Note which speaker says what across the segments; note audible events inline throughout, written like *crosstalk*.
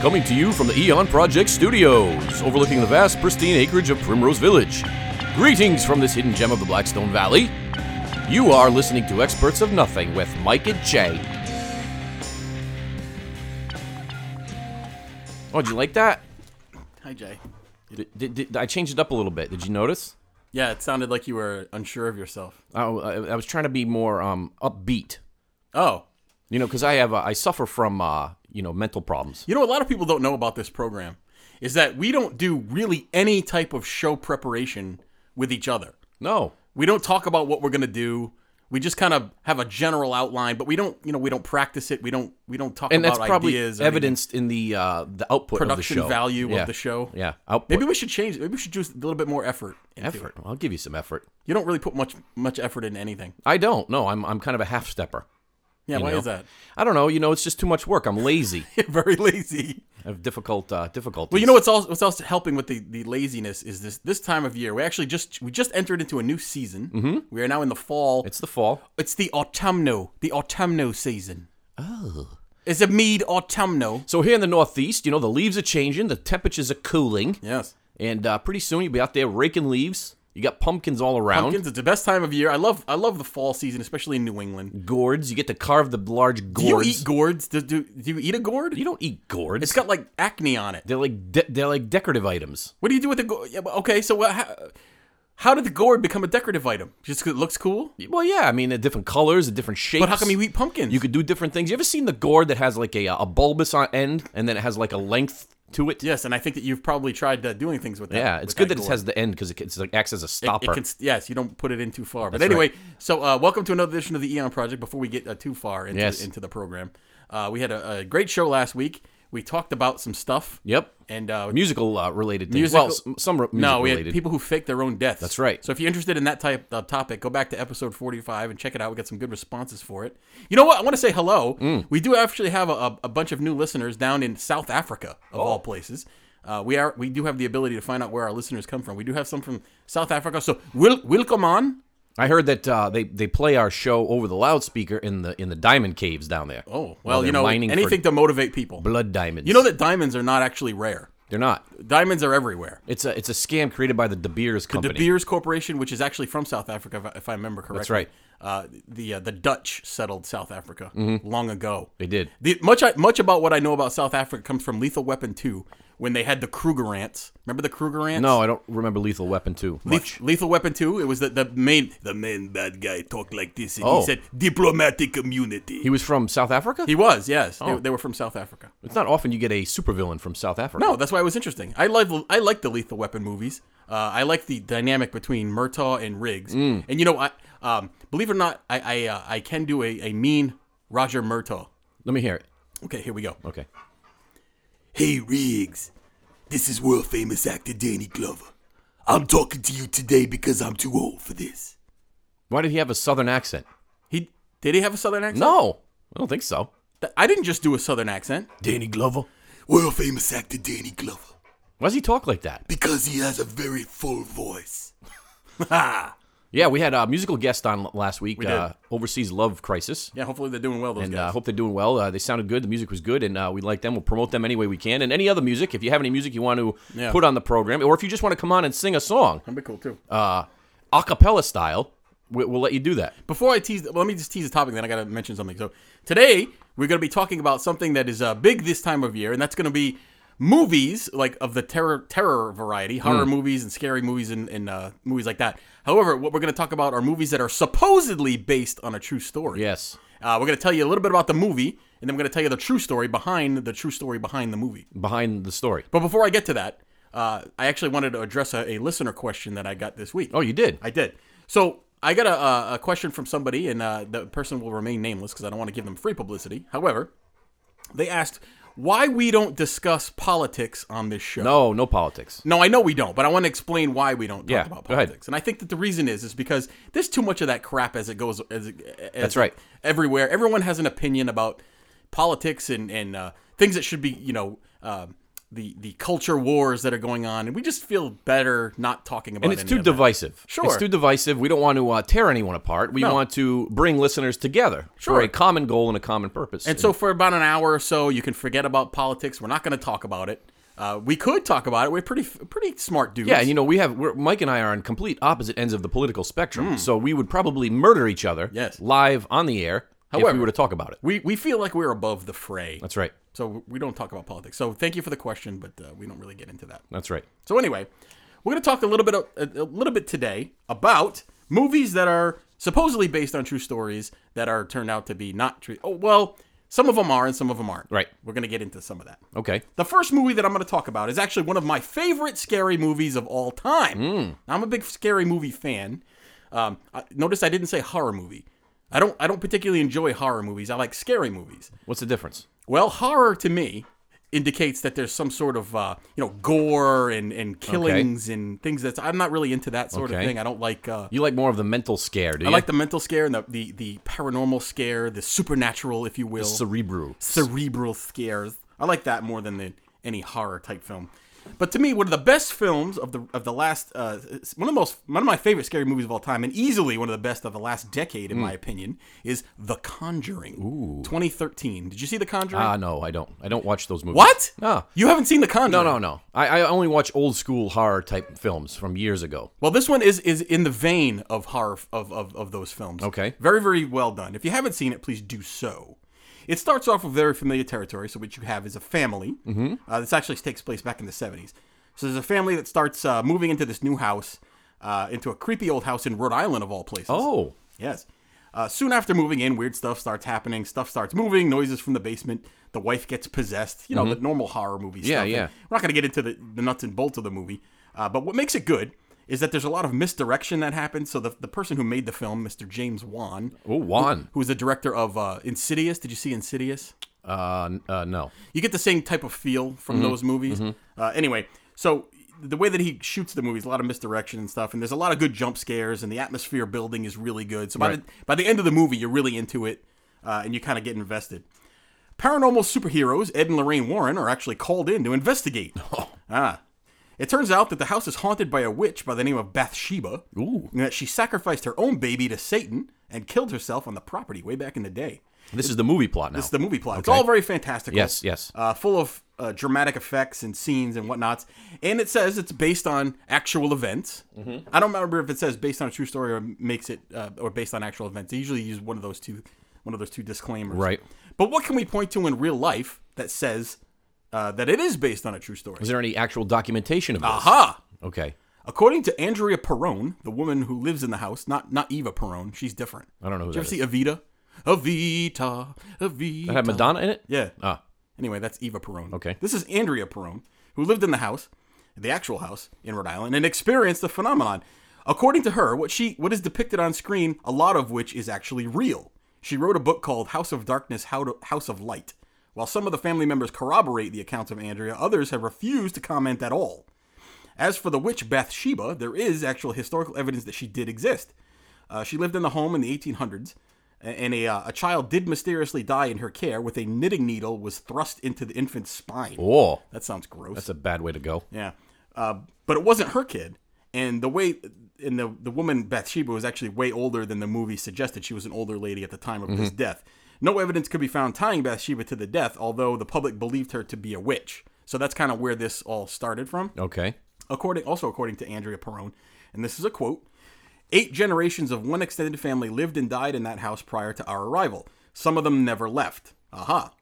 Speaker 1: coming to you from the Eon Project Studios, overlooking the vast, pristine acreage of Primrose Village. Greetings from this hidden gem of the Blackstone Valley. You are listening to Experts of Nothing with Mike and Jay. Oh, did you like that?
Speaker 2: Hi, Jay.
Speaker 1: Did, did, did- I changed it up a little bit. Did you notice?
Speaker 2: Yeah, it sounded like you were unsure of yourself.
Speaker 1: Oh, I, I was trying to be more um, upbeat.
Speaker 2: Oh,
Speaker 1: You know, because I have uh, I suffer from uh, you know mental problems.
Speaker 2: you know, a lot of people don't know about this program is that we don't do really any type of show preparation with each other.
Speaker 1: No,
Speaker 2: We don't talk about what we're going to do. We just kind of have a general outline, but we don't, you know, we don't practice it. We don't, we don't talk
Speaker 1: and
Speaker 2: about
Speaker 1: that's probably
Speaker 2: ideas. or anything.
Speaker 1: evidenced in the uh, the output
Speaker 2: Production
Speaker 1: of the show.
Speaker 2: value of
Speaker 1: Yeah.
Speaker 2: the show.
Speaker 1: Yeah, output.
Speaker 2: Maybe we should change. Maybe we should do a little bit more effort. Into
Speaker 1: effort.
Speaker 2: It.
Speaker 1: I'll give you some effort.
Speaker 2: You don't really put much, much effort into anything.
Speaker 1: I don't. No, I'm I'm kind of a half stepper.
Speaker 2: Yeah. why
Speaker 1: know.
Speaker 2: is that? *laughs*
Speaker 1: I don't know. You know, it's just too much work. I'm lazy.
Speaker 2: You're very lazy.
Speaker 1: I have difficult uh, difficulties.
Speaker 2: Well, you know what's also what's also helping with the, the laziness is this this time of year. We actually just we just entered into a new season. Mm-hmm. We are now in the fall. It's,
Speaker 1: it's the fall.
Speaker 2: the autumno, the autumno season. Oh, it's a mead autumno.
Speaker 1: So here in the Northeast, you know, the leaves are changing. The temperatures are cooling,
Speaker 2: Yes,
Speaker 1: and uh, pretty soon you'll be out there raking leaves. You got pumpkins all around.
Speaker 2: pumpkins. It's the best time of year. I love I love the fall season, especially in New England.
Speaker 1: Gourds. You get to carve the large gourds.
Speaker 2: Do you eat gourds? Do, do, do you eat a gourd?
Speaker 1: You don't eat gourds.
Speaker 2: It's got like acne on it.
Speaker 1: they're like de- they're like decorative items.
Speaker 2: What do you do with the gourd? Yeah, but okay, so what, how, how did the gourd become a decorative item? Just 'cause it looks cool.
Speaker 1: Well, yeah, I mean, they're different colors, they're different shapes.
Speaker 2: But how come you eat pumpkins?
Speaker 1: You could do different things. You ever seen the gourd that has like a a bulbous on end and then it has like a length to it?
Speaker 2: Yes, and I think that you've probably tried uh, doing things with that.
Speaker 1: Yeah, it's
Speaker 2: with
Speaker 1: good
Speaker 2: that
Speaker 1: that it
Speaker 2: gourd.
Speaker 1: has the end because it, can- it's like acts as a
Speaker 2: It
Speaker 1: stopper.
Speaker 2: can, yes, you don't put it in too far. But
Speaker 1: That's
Speaker 2: anyway, so uh, welcome to another edition of the Eon Project. Before we get uh, too far into,
Speaker 1: Yes.
Speaker 2: into the program, uh, we had a, a great show last week. We talked about some stuff.
Speaker 1: Yep.
Speaker 2: And uh,
Speaker 1: Musical uh, related things.
Speaker 2: Musical-
Speaker 1: well, s- some re- music
Speaker 2: no, we
Speaker 1: related.
Speaker 2: had people who faked their own deaths. That's
Speaker 1: right.
Speaker 2: So if you're interested in that type of topic, go back to episode 45 and check it out. We got some good responses for it. You know what? I want to say hello.
Speaker 1: Mm.
Speaker 2: We do actually have a- a, a bunch of new listeners down in South Africa, of
Speaker 1: Oh.
Speaker 2: all places. Uh, we are we do have the ability to find out where our listeners come from. We do have some from South Africa. So will welcome on.
Speaker 1: I heard that uh, they they play our show over the loudspeaker in the in the diamond caves down there.
Speaker 2: Oh
Speaker 1: While
Speaker 2: well,
Speaker 1: they're
Speaker 2: you know
Speaker 1: mining for
Speaker 2: anything to motivate people.
Speaker 1: blood diamonds.
Speaker 2: You know that diamonds are not actually rare.
Speaker 1: they're not.
Speaker 2: Diamonds are everywhere.
Speaker 1: It's a it's a scam created by the De Beers company.
Speaker 2: The Beers Corporation, which is actually from South Africa, if I, if I remember correctly.
Speaker 1: right. Mm-hmm.
Speaker 2: Uh, the uh, the Dutch settled South Africa long ago.
Speaker 1: they did.
Speaker 2: The, much I- much about what I know about South Africa comes from Lethal Weapon 2, when they had the Kruger ants. Remember the Kruger ants?
Speaker 1: No, I don't remember Lethal Weapon too
Speaker 2: Leth-
Speaker 1: much.
Speaker 2: Lethal Weapon 2, it was the, the main the main bad guy talked like this, and
Speaker 1: Oh.
Speaker 2: he said diplomatic immunity.
Speaker 1: he Oh. was from South Africa.
Speaker 2: He was, yes. They, they were from South Africa.
Speaker 1: It's not often you get a supervillain from South Africa.
Speaker 2: No, that's why it was interesting. I love I like the Lethal Weapon movies. Uh, I like the dynamic between Murtaugh and Riggs. And you know, I um, believe it or not, I I, uh, I can do a, a mean Roger Murtaugh.
Speaker 1: Let me hear it.
Speaker 2: Okay, here we go.
Speaker 1: Okay.
Speaker 2: Hey Riggs, this is world famous actor Danny Glover. I'm talking to you today because I'm too old for this.
Speaker 1: Why did he have a southern accent?
Speaker 2: He did he have a southern accent?
Speaker 1: No, I don't think so.
Speaker 2: Th- I didn't just do a southern accent.
Speaker 1: Danny Glover.
Speaker 3: world famous actor Danny Glover
Speaker 1: Why does he talk like that?
Speaker 3: because he has a very full voice.
Speaker 1: Yeah, we had a musical guest on l- last week.
Speaker 2: did.
Speaker 1: Uh, Overseas Love Crisis.
Speaker 2: Yeah, hopefully they're doing well those
Speaker 1: And uh, I
Speaker 2: guys.
Speaker 1: hope they're doing well. Uh, they sounded good. The music was good, and uh, we like them. We'll promote them any way we can. And any other music, if you have any music you want to
Speaker 2: Yeah.
Speaker 1: put on the program, or if you just want to come on and sing a song,
Speaker 2: That'd be cool too.
Speaker 1: uh, a cappella style, we- we'll let you do that.
Speaker 2: Before I tease, well, let me just tease the topic, then I got to mention something. So today we're going to be talking about something that is uh, big this time of year, and that's going to be movies like of the terror terror variety, horror movies and scary movies and, and uh, movies like that. However, what we're going to talk about are movies that are supposedly based on a true story.
Speaker 1: Yes.
Speaker 2: Uh, we're going to tell you a little bit about the movie, and then we're going to tell you the true story behind the true story behind the movie.
Speaker 1: Behind the story.
Speaker 2: But before I get to that, uh, I actually wanted to address a, a listener question that I got this week.
Speaker 1: Oh, you did?
Speaker 2: I did. So I got a, uh, a question from somebody, and uh, the person will remain nameless because I don't want to give them free publicity. However, they asked why we don't discuss politics on this show.
Speaker 1: no, no politics.
Speaker 2: No, I know we don't, but I want to explain why we don't talk
Speaker 1: Yeah,
Speaker 2: about
Speaker 1: go ahead.
Speaker 2: politics. And I think that the reason is is because there's too much of that crap as it goes. As, it- as
Speaker 1: That's right.
Speaker 2: Everywhere, everyone has an opinion about politics and and uh, things that should be you know um the the culture wars that are going on, and we just feel better not talking about.
Speaker 1: and it's
Speaker 2: any
Speaker 1: too
Speaker 2: of that.
Speaker 1: divisive.
Speaker 2: Sure.
Speaker 1: it's too divisive. We don't want to uh, tear anyone apart. We
Speaker 2: No.
Speaker 1: want to bring listeners together
Speaker 2: Sure.
Speaker 1: for a common goal and a common purpose.
Speaker 2: And so for about an hour or so, you can forget about politics. We're not going to talk about it. Uh, we could talk about it. We're pretty pretty smart dudes.
Speaker 1: yeah, and you know we have we're, Mike and I are on complete opposite ends of the political spectrum. So we would probably murder each other.
Speaker 2: Hmm. Yes.
Speaker 1: live on the air. if
Speaker 2: However-
Speaker 1: we were to talk about it,
Speaker 2: we we feel like we're above the fray.
Speaker 1: that's right.
Speaker 2: So we don't talk about politics. So thank you for the question, but uh, we don't really get into that.
Speaker 1: That's right.
Speaker 2: So anyway, we're going to talk a little bit a, a little bit today about movies that are supposedly based on true stories that are turned out to be not true. Oh well, some of them are and some of them aren't.
Speaker 1: Right.
Speaker 2: We're going to get into some of that.
Speaker 1: Okay.
Speaker 2: The first movie that I'm going to talk about is actually one of my favorite scary movies of all time. I'm a big scary movie fan. Um, I, notice I didn't say horror movie. I don't. I don't particularly enjoy horror movies. I like scary movies.
Speaker 1: What's the difference?
Speaker 2: Well, horror to me indicates that there's some sort of uh, you know gore and and killings and things that's I'm not really into that sort
Speaker 1: Okay.
Speaker 2: of thing. I don't like. Uh,
Speaker 1: You like more of the mental scare, do you? *laughs*
Speaker 2: I like the mental scare and the, the the paranormal scare, the supernatural, if you will,
Speaker 1: cerebro.
Speaker 2: cerebral scares. I like that more than the, any horror type film. But to me, one of the best films of the of the last uh, it's one of the most one of my favorite scary movies of all time, and easily one of the best of the last decade, in
Speaker 1: Hmm.
Speaker 2: my opinion, is The Conjuring, 2013. Did you see The Conjuring?
Speaker 1: Ah, no, I don't. I don't watch those movies.
Speaker 2: What?
Speaker 1: No.
Speaker 2: You haven't seen The Conjuring?
Speaker 1: No, no, no. I, I only watch old school horror type films from years ago.
Speaker 2: Well, this one is is in the vein of horror of, of, of those films.
Speaker 1: Okay.
Speaker 2: Very, very well done. If you haven't seen it, please do so. It starts off with very familiar territory. So what you have is a family. Mm-hmm. Uh, this actually takes place back in the 70s. So there's a family that starts uh, moving into this new house, uh, into a creepy old house in Rhode Island of all places.
Speaker 1: Oh,
Speaker 2: Yes. Uh, soon after moving in, weird stuff starts happening. Stuff starts moving. Noises from the basement. The wife gets possessed. You know, the normal horror movie
Speaker 1: Mm-hmm. Yeah,
Speaker 2: stuff. And
Speaker 1: yeah.
Speaker 2: We're not going to get into the, the nuts and bolts of the movie. Uh, but what makes it good is that there's a lot of misdirection that happens. So the, the person who made the film, Mr. James Wan,
Speaker 1: oh, Juan.
Speaker 2: who is the director of uh, Insidious. Did you see Insidious?
Speaker 1: Uh, n- uh, no.
Speaker 2: you get the same type of feel from those movies. Uh, anyway, so the way that he shoots the movies, a lot of misdirection and stuff, and there's a lot of good jump scares, and the atmosphere building is really good. So by the by the end of the movie, you're really into it, uh, and you kind of get invested. Paranormal superheroes Ed and Lorraine Warren are actually called in to investigate. Ah. It turns out that the house is haunted by a witch by the name of Bathsheba,
Speaker 1: Ooh.
Speaker 2: and that she sacrificed her own baby to Satan and killed herself on the property way back in the day.
Speaker 1: This is the movie plot now.
Speaker 2: It's the movie plot. It's all very fantastical.
Speaker 1: Yes, yes.
Speaker 2: Uh, full of uh, dramatic effects and scenes and whatnots. And it says it's based on actual events.
Speaker 1: Mm-hmm.
Speaker 2: I don't remember if it says based on a true story or makes it uh, or based on actual events. They usually use one of those two, one of those two disclaimers.
Speaker 1: Right.
Speaker 2: But what can we point to in real life that says uh, that it is based on a true story?
Speaker 1: Is there any actual documentation of this?
Speaker 2: Aha!
Speaker 1: Okay.
Speaker 2: According to Andrea Perone, the woman who lives in the house, not not Eva Perone, she's different.
Speaker 1: I don't know who
Speaker 2: Did you ever
Speaker 1: that
Speaker 2: see Evita? Evita, Evita.
Speaker 1: That had Madonna in it?
Speaker 2: Yeah.
Speaker 1: Ah,
Speaker 2: Anyway, that's Eva Perone.
Speaker 1: Okay.
Speaker 2: This is Andrea Perone, who lived in the house, the actual house in Rhode Island, and experienced the phenomenon. According to her, what she what is depicted on screen, a lot of which is actually real. She wrote a book called House of Darkness, How to, House of Light. While some of the family members corroborate the accounts of Andrea, others have refused to comment at all. As for the witch Bathsheba, there is actual historical evidence that she did exist. Uh, she lived in the home in the 1800s, a- and a, uh, a child did mysteriously die in her care with a knitting needle was thrust into the infant's spine.
Speaker 1: oh,
Speaker 2: That sounds gross.
Speaker 1: that's a bad way to go.
Speaker 2: yeah, uh, but it wasn't her kid, and the way and the the woman Bathsheba was actually way older than the movie suggested. She was an older lady at the time of
Speaker 1: Mm-hmm.
Speaker 2: his death. No evidence could be found tying Bathsheba to the death, although the public believed her to be a witch. So that's kind of where this all started from
Speaker 1: Okay.
Speaker 2: according also according to Andrea Perone, and this is a quote: Eight generations of one extended family lived and died in that house prior to our arrival. Some of them never left. Aha.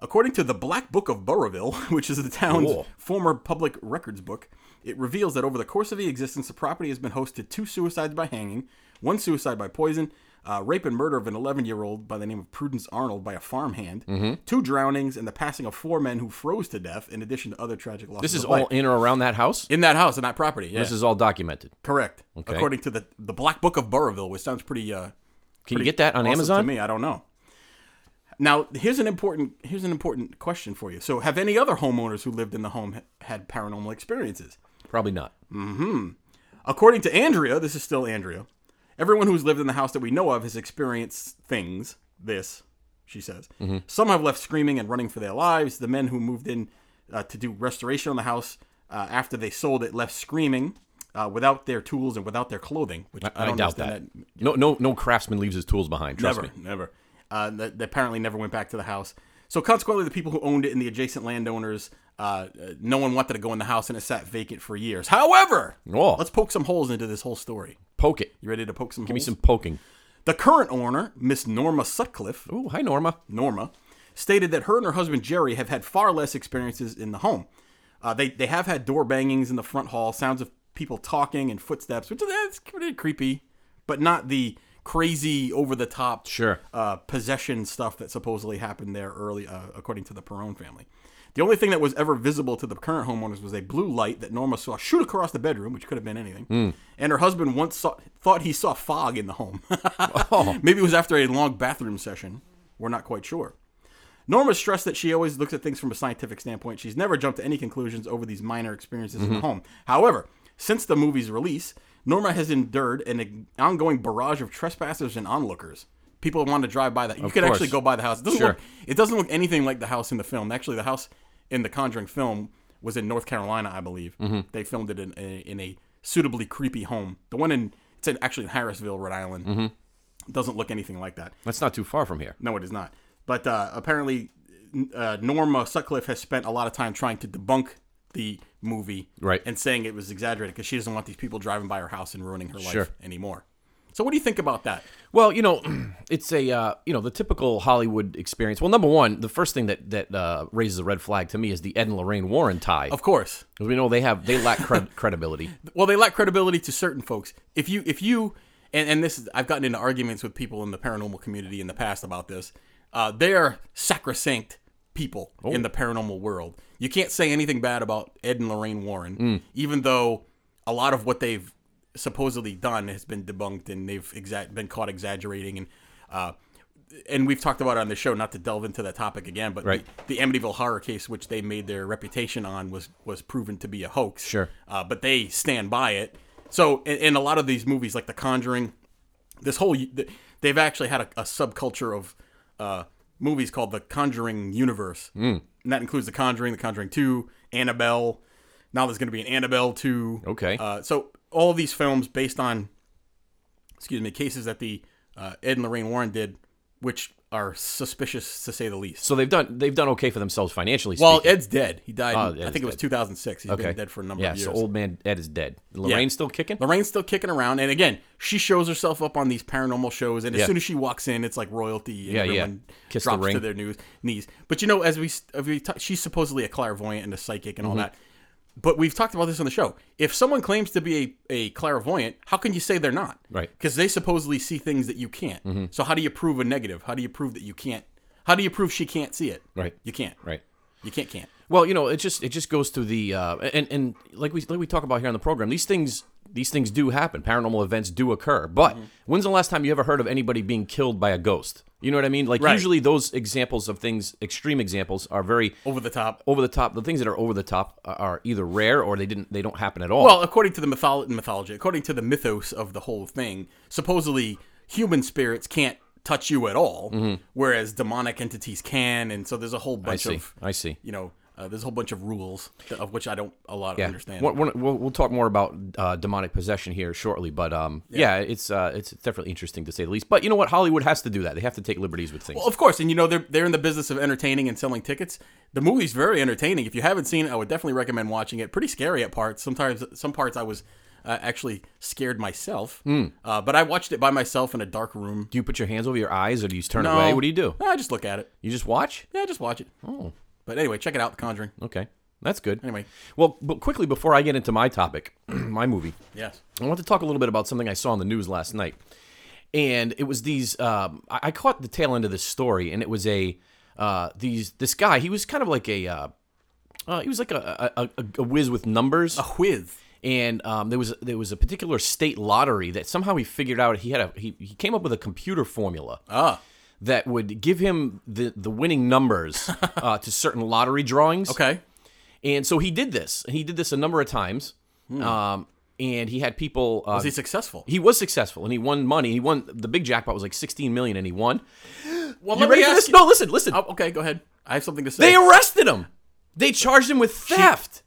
Speaker 2: According to the Black Book of Burrowville, *laughs* which is the town's
Speaker 1: Cool.
Speaker 2: former public records book, it reveals that over the course of the existence, the property has been host to two suicides by hanging, one suicide by poison, uh, rape and murder of an 11 year old by the name of Prudence Arnold by a farmhand,
Speaker 1: Mm-hmm.
Speaker 2: two drownings, and the passing of four men who froze to death, in addition to other tragic losses.
Speaker 1: This is
Speaker 2: of life.
Speaker 1: all in or around that house?
Speaker 2: In that house, in that property. Yeah.
Speaker 1: This is all documented.
Speaker 2: correct. According to the the Black Book of Burrowville, which sounds pretty uh
Speaker 1: Can you get that on
Speaker 2: awesome
Speaker 1: Amazon?
Speaker 2: to me. I don't know. Now, here's an important here's an important question for you. So, have any other homeowners who lived in the home ha- had paranormal experiences?
Speaker 1: Probably not.
Speaker 2: According to Andrea, this is still Andrea. Everyone who's lived in the house that we know of has experienced
Speaker 1: Mm-hmm.
Speaker 2: things. This, she says. Some have left screaming and running for their lives. The men who moved in uh, to do restoration on the house uh, after they sold it, left screaming uh, without their tools and without their clothing. Which I,
Speaker 1: I,
Speaker 2: don't
Speaker 1: doubt that.
Speaker 2: understand that.
Speaker 1: No, no, no craftsman leaves his tools behind. Trust
Speaker 2: never,
Speaker 1: me.
Speaker 2: never. Uh, that, that apparently never went back to the house. So consequently, the people who owned it and the adjacent landowners, uh, uh, no one wanted to go in the house, and it sat vacant for years. However,
Speaker 1: Oh.
Speaker 2: let's poke some holes into this whole story.
Speaker 1: Poke it.
Speaker 2: You ready to poke some
Speaker 1: Give me
Speaker 2: holes?
Speaker 1: some poking.
Speaker 2: the current owner, Miss Norma Sutcliffe,
Speaker 1: Ooh, hi Norma.
Speaker 2: Norma, stated that her and her husband Jerry have had far less experiences in the home. Uh, they they have had door bangings in the front hall, sounds of people talking and footsteps, which is that's pretty creepy, but not the crazy over the top
Speaker 1: Sure.
Speaker 2: uh, possession stuff that supposedly happened there early, uh, according to the Perone family. The only thing that was ever visible to the current homeowners was a blue light that Norma saw shoot across the bedroom, which could have been anything. And her husband once saw, thought he saw fog in the home. *laughs* Maybe it was after a long bathroom session. We're not quite sure. Norma stressed that she always looks at things from a scientific standpoint. She's never jumped to any conclusions over these minor experiences
Speaker 1: Mm-hmm.
Speaker 2: in the home. However, since the movie's release, Norma has endured an ongoing barrage of trespassers and onlookers. People want to drive by that. You could
Speaker 1: course.
Speaker 2: actually go by the house. It doesn't,
Speaker 1: Sure.
Speaker 2: look, it doesn't look anything like the house in the film. Actually, the house in the Conjuring film was in North Carolina, I believe.
Speaker 1: Mm-hmm.
Speaker 2: They filmed it in a, in a suitably creepy home. The one in it's in, actually in Harrisville, Rhode Island.
Speaker 1: Mm-hmm.
Speaker 2: Doesn't look anything like that.
Speaker 1: That's not too far from here.
Speaker 2: No, it is not. But uh, apparently, n- uh, Norma Sutcliffe has spent a lot of time trying to debunk the movie
Speaker 1: Right.
Speaker 2: and saying it was exaggerated because she doesn't want these people driving by her house and ruining her life
Speaker 1: Sure.
Speaker 2: anymore. So, what do you think about that?
Speaker 1: Well, you know, *clears throat* it's a uh, you know the typical Hollywood experience. Well, number one, the first thing that that uh, raises a red flag to me is the Ed and Lorraine Warren tie.
Speaker 2: Of course.
Speaker 1: Because we know they have they lack
Speaker 2: *laughs*
Speaker 1: cred- credibility.
Speaker 2: Well, they lack credibility to certain folks. If you, if you, and, and this is, I've gotten into arguments with people in the paranormal community in the past about this. Uh, they're sacrosanct people in the paranormal world. You can't say anything bad about Ed and Lorraine Warren, even though a lot of what they've supposedly done has been debunked and they've exa- been caught exaggerating and uh, and we've talked about it on the show not to delve into that topic again but
Speaker 1: Right.
Speaker 2: the, the Amityville horror case which they made their reputation on was was proven to be a hoax
Speaker 1: Sure.
Speaker 2: uh, but they stand by it so in, in a lot of these movies like The Conjuring this whole they've actually had a, a subculture of uh, movies called the Conjuring universe,
Speaker 1: Hmm.
Speaker 2: and that includes the Conjuring, the Conjuring Two, Annabelle. Now there's going to be an Annabelle Two.
Speaker 1: Okay.
Speaker 2: Uh, so all these films based on, excuse me, cases that the uh, Ed and Lorraine Warren did, which are suspicious to say the least.
Speaker 1: so they've done they've done okay for themselves financially.
Speaker 2: Well,
Speaker 1: speaking.
Speaker 2: Ed's dead. He died.
Speaker 1: Oh,
Speaker 2: in-
Speaker 1: Ed
Speaker 2: I
Speaker 1: is
Speaker 2: think it was
Speaker 1: dead.
Speaker 2: 2006. He's
Speaker 1: okay,
Speaker 2: been dead for a number
Speaker 1: yeah,
Speaker 2: of years.
Speaker 1: so old man Ed is dead. Lorraine's still kicking.
Speaker 2: Lorraine's still kicking around, and again, she shows herself up on these paranormal shows, and as
Speaker 1: Yeah.
Speaker 2: soon as she walks in, it's like royalty.
Speaker 1: Yeah,
Speaker 2: And
Speaker 1: yeah.
Speaker 2: everyone
Speaker 1: Kiss the
Speaker 2: drops
Speaker 1: ring.
Speaker 2: to their news, knees. But you know, as we, as we talk, she's supposedly a clairvoyant and a psychic
Speaker 1: Mm-hmm.
Speaker 2: and all that. But we've talked about this on the show. If someone claims to be a, a clairvoyant, how can you say they're not?
Speaker 1: Right. Mm-hmm.
Speaker 2: Because they supposedly see things that you can't. So how do you prove a negative? How do you prove that you can't? How do you prove she can't see it?
Speaker 1: Right.
Speaker 2: You can't.
Speaker 1: Right.
Speaker 2: You can't. Can't.
Speaker 1: Well, you know, it just it just goes to the uh, and and like we like we talk about here on the program, these things these things do happen. Paranormal events do occur. But
Speaker 2: Mm-hmm.
Speaker 1: when's the last time you ever heard of anybody being killed by a ghost? You know what I mean? Like
Speaker 2: Right.
Speaker 1: usually those examples of things, extreme examples, are very
Speaker 2: Over the top.
Speaker 1: over the top. The things that are over the top are- are either rare or they didn't they don't happen at all.
Speaker 2: Well, according to the mytholo- mythology, according to the mythos of the whole thing, supposedly human spirits can't touch you at all, whereas demonic entities can, and so there's a whole bunch
Speaker 1: see.
Speaker 2: of
Speaker 1: Mm-hmm. I see.
Speaker 2: You know, uh, there's a whole bunch of rules th- of which I don't a lot
Speaker 1: Yeah.
Speaker 2: understand.
Speaker 1: We'll, we'll- we'll- we'll talk more about uh, demonic possession here shortly, but um, yeah, it's uh, it's definitely interesting to say the least. But you know what? Hollywood has to do that. They have to take liberties with things.
Speaker 2: Well, of course, and you know they're they're in the business of entertaining and selling tickets. The movie's very entertaining. If you haven't seen it, I would definitely recommend watching it. Pretty scary at parts. Sometimes some parts I was uh, actually scared myself,
Speaker 1: Hmm.
Speaker 2: uh, but I watched it by myself in a dark room.
Speaker 1: do you put your hands over your eyes or do you turn
Speaker 2: No.
Speaker 1: away? What do you do?
Speaker 2: I just look at it.
Speaker 1: You just watch?
Speaker 2: Yeah, just watch it. Oh. But anyway, check it out, The Conjuring.
Speaker 1: Okay, that's good.
Speaker 2: Anyway.
Speaker 1: well, but quickly before I get into my topic, *clears throat* my movie.
Speaker 2: Yes.
Speaker 1: I want to talk a little bit about something I saw on the news last night, and it was these. Um, I, I caught the tail end of this story, and it was a uh, these this guy. He was kind of like a. Uh, uh, he was like a a, a, a whiz with numbers,
Speaker 2: Whiz.
Speaker 1: and um, there was there was a particular state lottery that somehow he figured out. He had a he, he came up with a computer formula
Speaker 2: Ah.
Speaker 1: that would give him the the winning
Speaker 2: *laughs*
Speaker 1: numbers uh, to certain lottery drawings.
Speaker 2: Okay.
Speaker 1: and so he did this. He did this a number of times, um, and he had people. Uh,
Speaker 2: Is Hmm. he successful?
Speaker 1: he was successful and he won money. He won the big jackpot was like 16 million and he won.
Speaker 2: Well,
Speaker 1: You ready for this? No, listen, listen.
Speaker 2: Oh, okay, go ahead. I have something to say.
Speaker 1: they arrested him. They charged him with theft.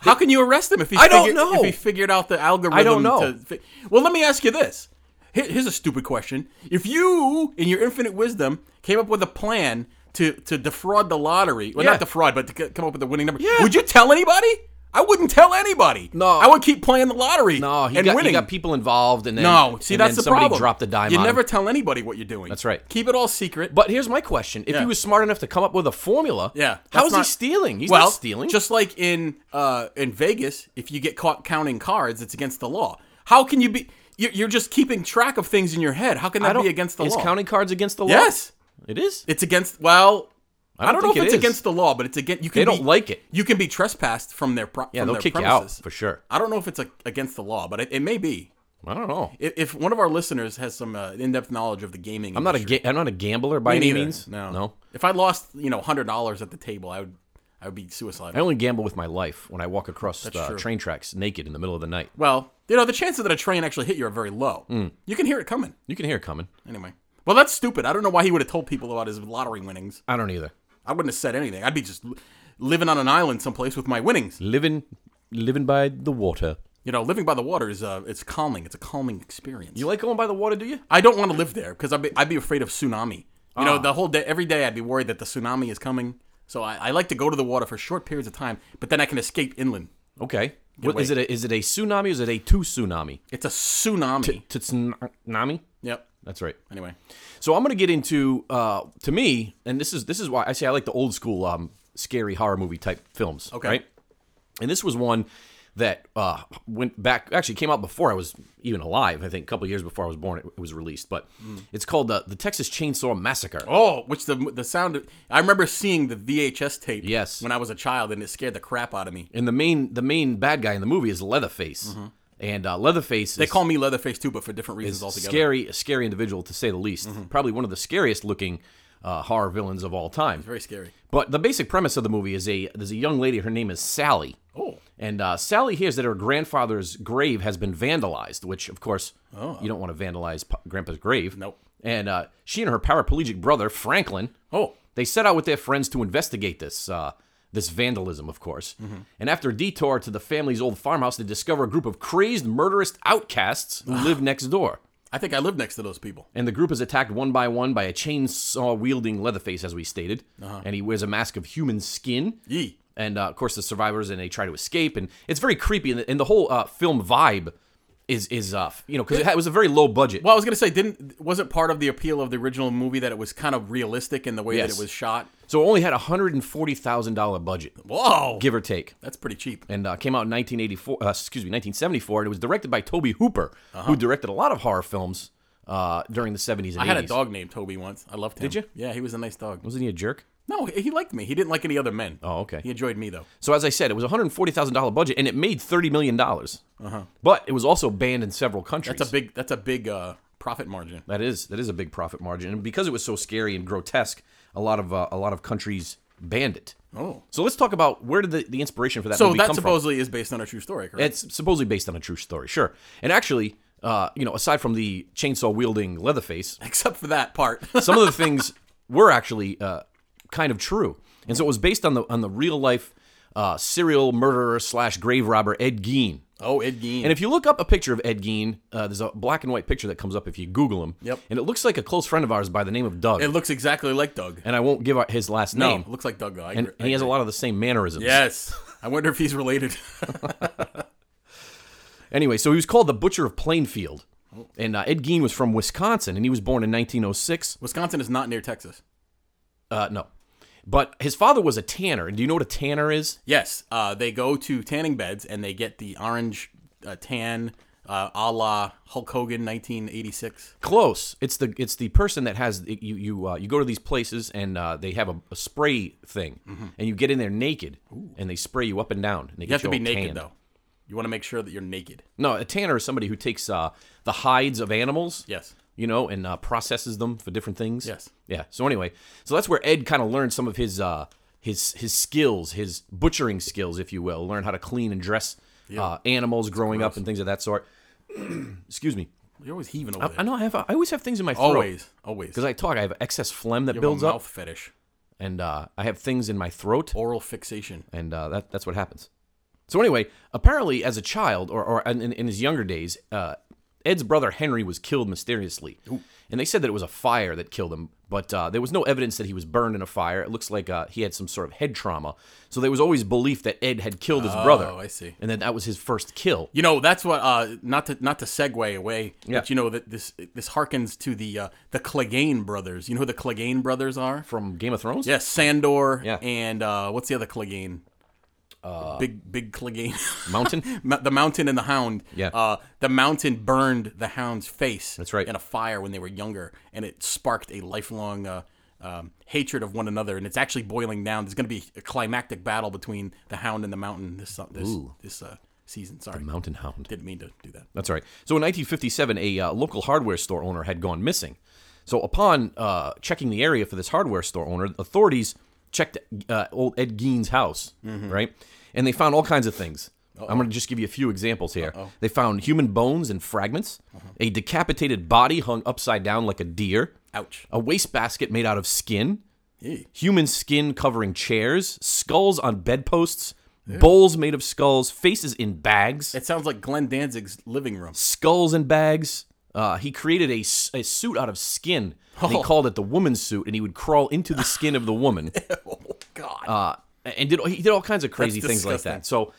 Speaker 2: How can you arrest him if he
Speaker 1: I don't
Speaker 2: figured-
Speaker 1: know.
Speaker 2: if he figured out the algorithm?
Speaker 1: I don't know.
Speaker 2: To fi- well, let me ask you this. Here- Here's a stupid question: If you, in your infinite wisdom, came up with a plan to to defraud the lottery, well,
Speaker 1: Yeah.
Speaker 2: not defraud, but to c- come up with a winning number,
Speaker 1: Yeah.
Speaker 2: would you tell anybody? I wouldn't tell anybody.
Speaker 1: No.
Speaker 2: I would keep playing the lottery.
Speaker 1: no, Oh, he
Speaker 2: and
Speaker 1: got, he
Speaker 2: winning.
Speaker 1: got people involved, and then
Speaker 2: no, see
Speaker 1: and
Speaker 2: that's
Speaker 1: then
Speaker 2: the
Speaker 1: somebody
Speaker 2: problem.
Speaker 1: dropped the dime.
Speaker 2: You
Speaker 1: on him.
Speaker 2: never tell anybody what you're doing.
Speaker 1: That's right.
Speaker 2: Keep it all secret.
Speaker 1: But here's my question: If
Speaker 2: Yeah.
Speaker 1: he was smart enough to come up with a formula,
Speaker 2: Yeah,
Speaker 1: how
Speaker 2: that's
Speaker 1: is he
Speaker 2: not-
Speaker 1: stealing? He's
Speaker 2: well,
Speaker 1: not stealing.
Speaker 2: Just like in uh, in Vegas, if you get caught counting cards, it's against the law. How can you be? You're, you're just keeping track of things in your head. How can
Speaker 1: I
Speaker 2: that
Speaker 1: don't-
Speaker 2: be against the
Speaker 1: is
Speaker 2: law?
Speaker 1: counting cards against the law?
Speaker 2: yes,
Speaker 1: it is.
Speaker 2: it's against. Well, I don't,
Speaker 1: think
Speaker 2: know
Speaker 1: it
Speaker 2: if it's
Speaker 1: is.
Speaker 2: against the law, but it's against. You can
Speaker 1: They don't
Speaker 2: be-
Speaker 1: like it.
Speaker 2: You can be trespassed from their pro-
Speaker 1: Yeah,
Speaker 2: from
Speaker 1: they'll
Speaker 2: their
Speaker 1: kick you out
Speaker 2: premises.
Speaker 1: for sure.
Speaker 2: I don't know if it's a, against the law, but it, it may be.
Speaker 1: I don't know.
Speaker 2: If, if one of our listeners has some uh, in-depth knowledge of the gaming,
Speaker 1: I'm not a ga- I'm not a gambler by any means.
Speaker 2: No,
Speaker 1: no.
Speaker 2: If I lost, you know, hundred dollars at the table, I would, I would be suicidal.
Speaker 1: I only gamble with my life when I walk across uh,
Speaker 2: true.
Speaker 1: train tracks naked in the middle of the night.
Speaker 2: Well, you know, the chances that a train actually hit you are very low.
Speaker 1: Hmm.
Speaker 2: You can hear it coming.
Speaker 1: You can hear it coming.
Speaker 2: Anyway. Well, that's stupid. I don't know why he would have told people about his lottery winnings.
Speaker 1: I don't either.
Speaker 2: I wouldn't have said anything. I'd be just li- living on an island someplace with my winnings.
Speaker 1: Living, living by the water.
Speaker 2: You know, living by the water is uh, it's calming. It's a calming experience.
Speaker 1: You like going by the water, do you?
Speaker 2: I don't want to live there because I'd be, I'd be afraid of tsunami. You
Speaker 1: Ah.
Speaker 2: know, the whole day, every day, I'd be worried that the tsunami is coming. So I, I like to go to the water for short periods of time, but then I can escape inland.
Speaker 1: Okay. What, is it? A, is it a tsunami? Or is it a two tsunami?
Speaker 2: It's a tsunami.
Speaker 1: Tsunami.
Speaker 2: yep.
Speaker 1: That's right.
Speaker 2: Anyway.
Speaker 1: So I'm going to get into uh, to me, and this is this is why I say I like the old school um, scary horror movie type films.
Speaker 2: Okay.
Speaker 1: Right? And this was one that uh, went back actually came out before I was even alive. I think a couple years before I was born, it, it was released. But it's called the the Texas Chainsaw Massacre.
Speaker 2: Mm. Oh, which the the sound. Of, I remember seeing the VHS tape.
Speaker 1: Yes.
Speaker 2: When I was a child, and it scared the crap out of me.
Speaker 1: And the main the main bad guy in the movie is Leatherface, and uh, Leatherface
Speaker 2: Mm-hmm. They
Speaker 1: is
Speaker 2: call me Leatherface too, but for different reasons altogether.
Speaker 1: scary a scary individual to say the least.
Speaker 2: Mm-hmm.
Speaker 1: Probably one of the scariest looking uh, horror villains of all time.
Speaker 2: Very scary.
Speaker 1: But the basic premise of the movie is a there's a young lady. Her name is Sally.
Speaker 2: Oh.
Speaker 1: And uh, Sally hears that her grandfather's grave has been vandalized, which of course you don't want to vandalize pa- Grandpa's grave.
Speaker 2: Oh. Nope.
Speaker 1: And uh, she and her paraplegic brother Franklin.
Speaker 2: Oh.
Speaker 1: They set out with their friends to investigate this uh, this vandalism, of course.
Speaker 2: Mm-hmm.
Speaker 1: And after a detour to the family's old farmhouse, they discover a group of crazed, murderous outcasts
Speaker 2: *sighs*
Speaker 1: who live next door.
Speaker 2: I think I live next to those people.
Speaker 1: And the group is attacked one by one by a chainsaw wielding Leatherface, as we stated. And he wears a mask of human skin.
Speaker 2: Uh-huh. Yee.
Speaker 1: And uh, of course, the survivors and they try to escape. And it's very creepy. And the, and the whole uh, film vibe is is uh, you know because it, had- it was a very low budget.
Speaker 2: Well, I was gonna say, didn't wasn't part of the appeal of the original movie that it was kind of realistic in the way
Speaker 1: Yes.
Speaker 2: that it was shot?
Speaker 1: so it only had a hundred and forty thousand dollar budget,
Speaker 2: Whoa.
Speaker 1: give or take.
Speaker 2: That's pretty cheap.
Speaker 1: And uh, came out in 1984. Uh, excuse me, 1974. And it was directed by Toby Hooper, who directed a lot of horror films uh, during the 70s and
Speaker 2: Uh-huh. I
Speaker 1: 80s.
Speaker 2: had a dog named Toby once. I loved him. Did
Speaker 1: you?
Speaker 2: Yeah, he was a nice dog.
Speaker 1: Wasn't he a jerk?
Speaker 2: No, he he liked me. He didn't like any other men.
Speaker 1: Oh, okay.
Speaker 2: He enjoyed me though.
Speaker 1: So as I said, it was a hundred forty thousand dollar budget, and it made thirty million dollars. But it was also banned in several countries.
Speaker 2: Uh-huh. That's a big. That's a big uh, profit margin.
Speaker 1: that is that is a big profit margin, and because it was so scary and grotesque, a lot of uh, a lot of countries banned it.
Speaker 2: Oh.
Speaker 1: So let's talk about where did the, the inspiration for that
Speaker 2: So
Speaker 1: movie
Speaker 2: that
Speaker 1: come from?
Speaker 2: supposedly is based on a true story, correct?
Speaker 1: It's supposedly based on a true story, sure. And actually, uh, you know, aside from the chainsaw wielding Leatherface,
Speaker 2: Except for that part. *laughs*
Speaker 1: some of the things were actually uh, kind of true, and so it was based on the on the real life uh, serial murderer slash grave robber Ed Gein.
Speaker 2: oh, Ed Gein.
Speaker 1: And if you look up a picture of Ed Gein, uh, there's a black and white picture that comes up if you Google him.
Speaker 2: Yep.
Speaker 1: And it looks like a close friend of ours by the name of Doug.
Speaker 2: It looks exactly like Doug. Oh.
Speaker 1: and I won't give out his last
Speaker 2: No,
Speaker 1: name.
Speaker 2: looks like Doug though. I
Speaker 1: And,
Speaker 2: agree-
Speaker 1: and he has a lot of the same mannerisms.
Speaker 2: *laughs* yes. *laughs* I wonder if he's related. *laughs*
Speaker 1: Anyway, so he was called the Butcher of Plainfield. And uh, Ed Gein was from Wisconsin, and he was born in 1906.
Speaker 2: Wisconsin is not near Texas.
Speaker 1: Uh, no. But his father was a tanner. And do you know what a tanner is?
Speaker 2: Yes, uh, they go to tanning beds and they get the orange uh, tan, uh, a la Hulk Hogan, 1986.
Speaker 1: Close. It's the it's the person that has you you uh, you go to these places and uh, they have a, a spray thing, and you get in there naked, and they spray you up and down. And they
Speaker 2: Mm-hmm. You have to be naked though. You want to make sure that you're naked.
Speaker 1: No, a tanner is somebody who takes uh, the hides of animals.
Speaker 2: Yes.
Speaker 1: You know, and uh, processes them for different things.
Speaker 2: Yes.
Speaker 1: Yeah. So anyway, so that's where Ed kind of learned some of his uh, his his skills, his butchering skills, if you will, learn how to clean and dress uh, animals growing up and things of that sort. *clears throat* Excuse me.
Speaker 2: You're always heaving over there.
Speaker 1: I know I have. I always have things in my throat
Speaker 2: Always, always.
Speaker 1: because I talk. I have excess phlegm that
Speaker 2: You have a
Speaker 1: builds up.
Speaker 2: mouth fetish.
Speaker 1: and uh, I have things in my throat,
Speaker 2: Oral fixation.
Speaker 1: and uh, that that's what happens. So anyway, apparently as a child or, or in, in his younger days, uh, Ed's brother Henry was killed mysteriously, and they said that it was a fire that killed him, but uh, there was no evidence that he was burned in a fire. It looks like uh, he had some sort of head trauma, so there was always belief that Ed had killed his brother.
Speaker 2: Oh, I see.
Speaker 1: And then that was his first kill.
Speaker 2: You know, that's what. Uh, not to not to segue away,
Speaker 1: Yeah.
Speaker 2: but you know that this this harkens to the uh, the Clegane brothers. You know who the Clegane brothers are?
Speaker 1: From Game of Thrones?
Speaker 2: Yes, Sandor.
Speaker 1: Yeah.
Speaker 2: And uh, what's the other Clegane? Uh, big big Clegane. *laughs*
Speaker 1: Mountain?
Speaker 2: Ma- the mountain and the hound.
Speaker 1: Yeah.
Speaker 2: Uh, the mountain burned the hound's face.
Speaker 1: That's right.
Speaker 2: In a fire when they were younger, and it sparked a lifelong uh, um, hatred of one another. And it's actually boiling down. There's going to be a climactic battle between the hound and the mountain this uh, this this uh, season. Sorry,
Speaker 1: Mountain Hound.
Speaker 2: didn't mean to do that.
Speaker 1: That's right. So in 1957, a uh, local hardware store owner had gone missing. So upon uh, checking the area for this hardware store owner, authorities checked uh, old Ed Gein's house, right? And they found all kinds of things. I'm going to just give you a few examples here. They found human bones and fragments, a decapitated body hung upside down like a deer,
Speaker 2: Ouch.
Speaker 1: a wastebasket made out of skin,
Speaker 2: Yee.
Speaker 1: human skin covering chairs, skulls on bedposts, bowls made of skulls, faces in bags
Speaker 2: It sounds like Glenn Danzig's living
Speaker 1: *laughs*
Speaker 2: room.
Speaker 1: skulls and bags. Uh, he created a, s- a suit out of skin. And He called it the woman's suit, and he would crawl into the skin of the
Speaker 2: *laughs*
Speaker 1: woman,
Speaker 2: Oh God.
Speaker 1: uh, and did he did all kinds of crazy
Speaker 2: That's
Speaker 1: things like
Speaker 2: disgusting. Ah.
Speaker 1: that. So,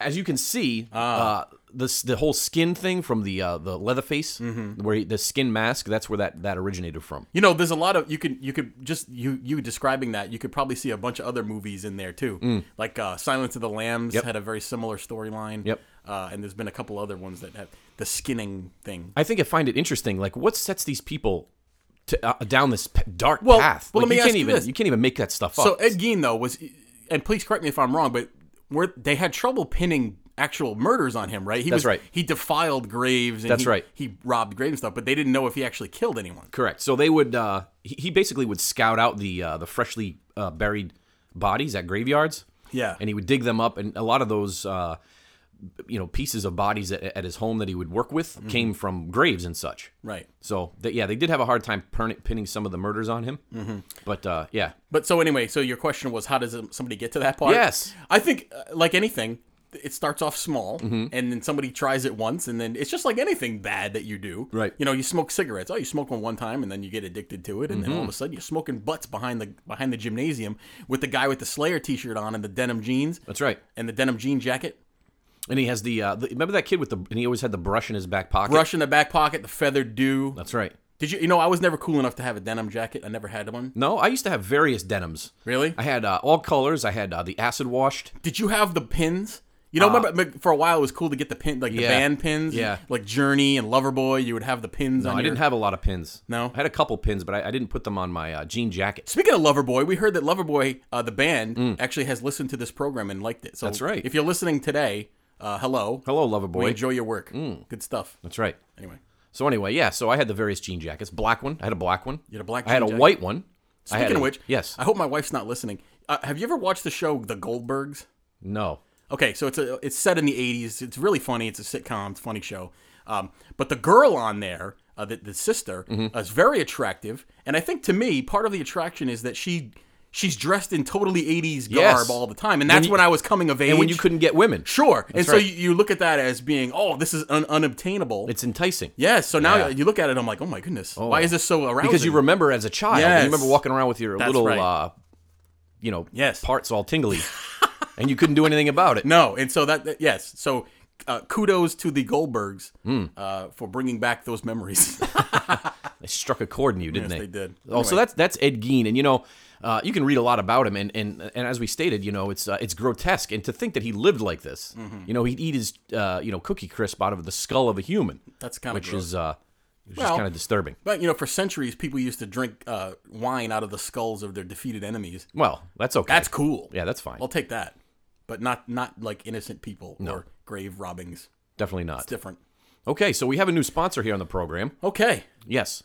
Speaker 1: as you can see, uh, this the whole skin thing from the uh, the Leatherface,
Speaker 2: Mm-hmm.
Speaker 1: where he, the skin mask, that's where that that originated from.
Speaker 2: You know, there's a lot of you can you could just you you describing that you could probably see a bunch of other movies in there too,
Speaker 1: Mm.
Speaker 2: like uh, Silence of the Lambs had a very similar storyline.
Speaker 1: Yep.
Speaker 2: Uh, and there's been a couple other ones that have the skinning thing.
Speaker 1: I think I find it interesting. Like, what sets these people to, uh, down this p- dark
Speaker 2: Well-
Speaker 1: path?
Speaker 2: well,
Speaker 1: Like,
Speaker 2: let me
Speaker 1: you can't
Speaker 2: ask you
Speaker 1: even
Speaker 2: this.
Speaker 1: you can't even make that stuff
Speaker 2: So
Speaker 1: up.
Speaker 2: Ed Gein though was, and please correct me if I'm wrong, but were they had trouble pinning actual murders on him, right? He
Speaker 1: That's
Speaker 2: was,
Speaker 1: right.
Speaker 2: He defiled graves. And
Speaker 1: That's
Speaker 2: he,
Speaker 1: right.
Speaker 2: He robbed graves and stuff, but they didn't know if he actually killed anyone.
Speaker 1: Correct. So they would. Uh, he he basically would scout out the uh, the freshly uh, buried bodies at graveyards.
Speaker 2: Yeah.
Speaker 1: And he would dig them up, and a lot of those, uh, you know, pieces of bodies at, at his home that he would work with
Speaker 2: Mm-hmm.
Speaker 1: came from graves and such.
Speaker 2: Right.
Speaker 1: So they, yeah, they did have a hard time pern- pinning some of the murders on him. Mm-hmm. But uh, yeah,
Speaker 2: But so anyway, so your question was, how does somebody get to that part?
Speaker 1: Yes.
Speaker 2: I think uh, like anything, it starts off small,
Speaker 1: Mm-hmm.
Speaker 2: and then somebody tries it once, and then it's just like anything bad that you do.
Speaker 1: Right.
Speaker 2: You know, you smoke cigarettes. Oh, you smoke one one time, and then you get addicted to it, and then all of a
Speaker 1: Mm-hmm.
Speaker 2: sudden you're smoking butts behind the behind the gymnasium with the guy with the Slayer T-shirt on and the denim jeans
Speaker 1: that's right.
Speaker 2: and the denim jean jacket,
Speaker 1: And he has the, uh, the remember that kid with the and he always had the brush in his back pocket.
Speaker 2: brush in the back pocket, the feathered do.
Speaker 1: That's right.
Speaker 2: Did you? You know, I was never cool enough to have a denim jacket. I never had one.
Speaker 1: No, I used to have various denims.
Speaker 2: Really?
Speaker 1: I had uh, all colors. I had uh, the acid washed.
Speaker 2: Did you have the pins? You know, remember but for a while it was cool to get the pin, like the
Speaker 1: Uh, Yeah.
Speaker 2: band pins,
Speaker 1: Yeah.
Speaker 2: like Journey and Loverboy. You would have the pins.
Speaker 1: No,
Speaker 2: on
Speaker 1: I
Speaker 2: your-
Speaker 1: didn't have a lot of pins.
Speaker 2: No?
Speaker 1: I had a couple pins, but I, I didn't put them on my uh, jean jacket.
Speaker 2: Speaking of Loverboy, we heard that Loverboy, uh, the band, actually has listened to this program and liked it. So
Speaker 1: Mm. That's right.
Speaker 2: If you're listening today, uh, hello,
Speaker 1: Hello, Mm. lover
Speaker 2: We
Speaker 1: boy.
Speaker 2: enjoy your work. Good stuff.
Speaker 1: That's right.
Speaker 2: Anyway,
Speaker 1: So anyway, yeah. So I had the various jean jackets. Black one. I had a black one. You
Speaker 2: had a black
Speaker 1: I had
Speaker 2: jean
Speaker 1: a
Speaker 2: jacket?
Speaker 1: white one. I had
Speaker 2: speaking
Speaker 1: a-
Speaker 2: of which,
Speaker 1: yes.
Speaker 2: I hope my wife's not listening. Uh, have you ever watched the show The Goldbergs?
Speaker 1: no.
Speaker 2: Okay, so it's a, it's set in the '80s. It's really funny. It's a sitcom. It's a funny show. Um, but the girl on there, uh, the, the sister,
Speaker 1: Mm-hmm.
Speaker 2: uh, is very attractive. And I think to me, part of the attraction is that she she's dressed in totally '80s garb
Speaker 1: Yes.
Speaker 2: all the time, and that's when,
Speaker 1: you-
Speaker 2: I was coming of age.
Speaker 1: And when you couldn't get women,
Speaker 2: sure, and so
Speaker 1: right.
Speaker 2: you, you look at that as being, oh, this is un- unobtainable.
Speaker 1: it's enticing.
Speaker 2: yes. So now
Speaker 1: Yeah.
Speaker 2: you look at it, I'm like, oh my goodness, why is this so arousing?
Speaker 1: Because you remember as a child,
Speaker 2: Yes.
Speaker 1: you remember walking around with your
Speaker 2: That's
Speaker 1: little,
Speaker 2: right.
Speaker 1: uh, you know,
Speaker 2: Yes.
Speaker 1: parts all
Speaker 2: *laughs*
Speaker 1: tingly, and you couldn't do anything about it.
Speaker 2: No, and so that, that- yes, so uh, kudos to the Goldbergs
Speaker 1: Hmm.
Speaker 2: uh, for bringing back those memories. *laughs*
Speaker 1: They struck a chord in you, didn't
Speaker 2: Yes,
Speaker 1: they?
Speaker 2: they did.
Speaker 1: Oh, so that's that's Ed Gein, and you know, uh, you can read a lot about him, and and, and as we stated, you know, it's uh, it's grotesque, and to think that he lived like this,
Speaker 2: Mm-hmm.
Speaker 1: you know, he'd eat his uh, you know cookie crisp out of the skull of a human,
Speaker 2: That's kind of
Speaker 1: which
Speaker 2: gross.
Speaker 1: is uh, which is
Speaker 2: Well-
Speaker 1: kind of disturbing.
Speaker 2: But you know, for centuries, people used to drink uh, wine out of the skulls of their defeated enemies.
Speaker 1: Well, that's okay.
Speaker 2: That's cool.
Speaker 1: yeah, that's fine.
Speaker 2: I'll take that. But not not like innocent people or grave robbings.
Speaker 1: Definitely not.
Speaker 2: Different.
Speaker 1: Okay, so we have a new sponsor here on the program.
Speaker 2: Okay.
Speaker 1: Yes.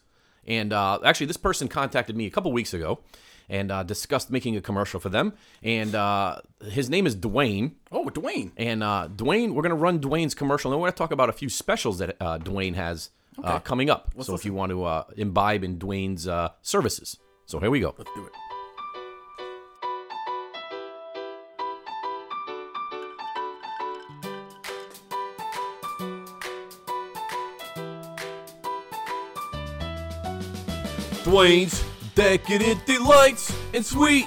Speaker 1: And uh, actually, this person contacted me a couple weeks ago and uh, discussed making a commercial for them. And uh, his name is Dwayne.
Speaker 2: Oh, Dwayne.
Speaker 1: And uh, Dwayne, we're going to run Dwayne's commercial, and we're going to talk about a few specials that uh, Dwayne has uh, coming up. so if you want to uh, imbibe in Dwayne's uh, services. So here we go.
Speaker 2: Let's do it.
Speaker 1: Dwayne's decadent delights and sweet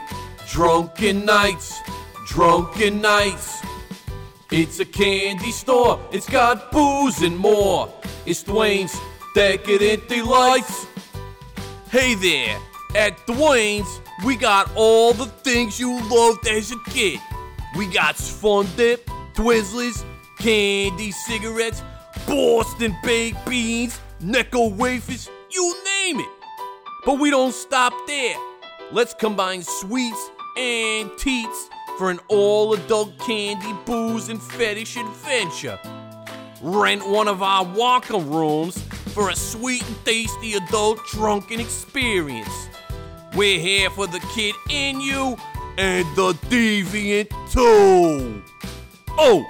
Speaker 1: drunken nights, drunken nights. It's a candy store, it's got booze and more. It's Dwayne's decadent delights. Hey there, at Dwayne's, we got all the things you loved as a kid. We got Fun Dip, Twizzlers, candy cigarettes, Boston baked beans, Necco wafers, you name it. But we don't stop there. Let's combine sweets and teats for an all adult candy, booze, and fetish adventure rent one of our Walker rooms for a sweet and tasty adult drunken experience. We're here for the kid in you and the deviant too. Oh!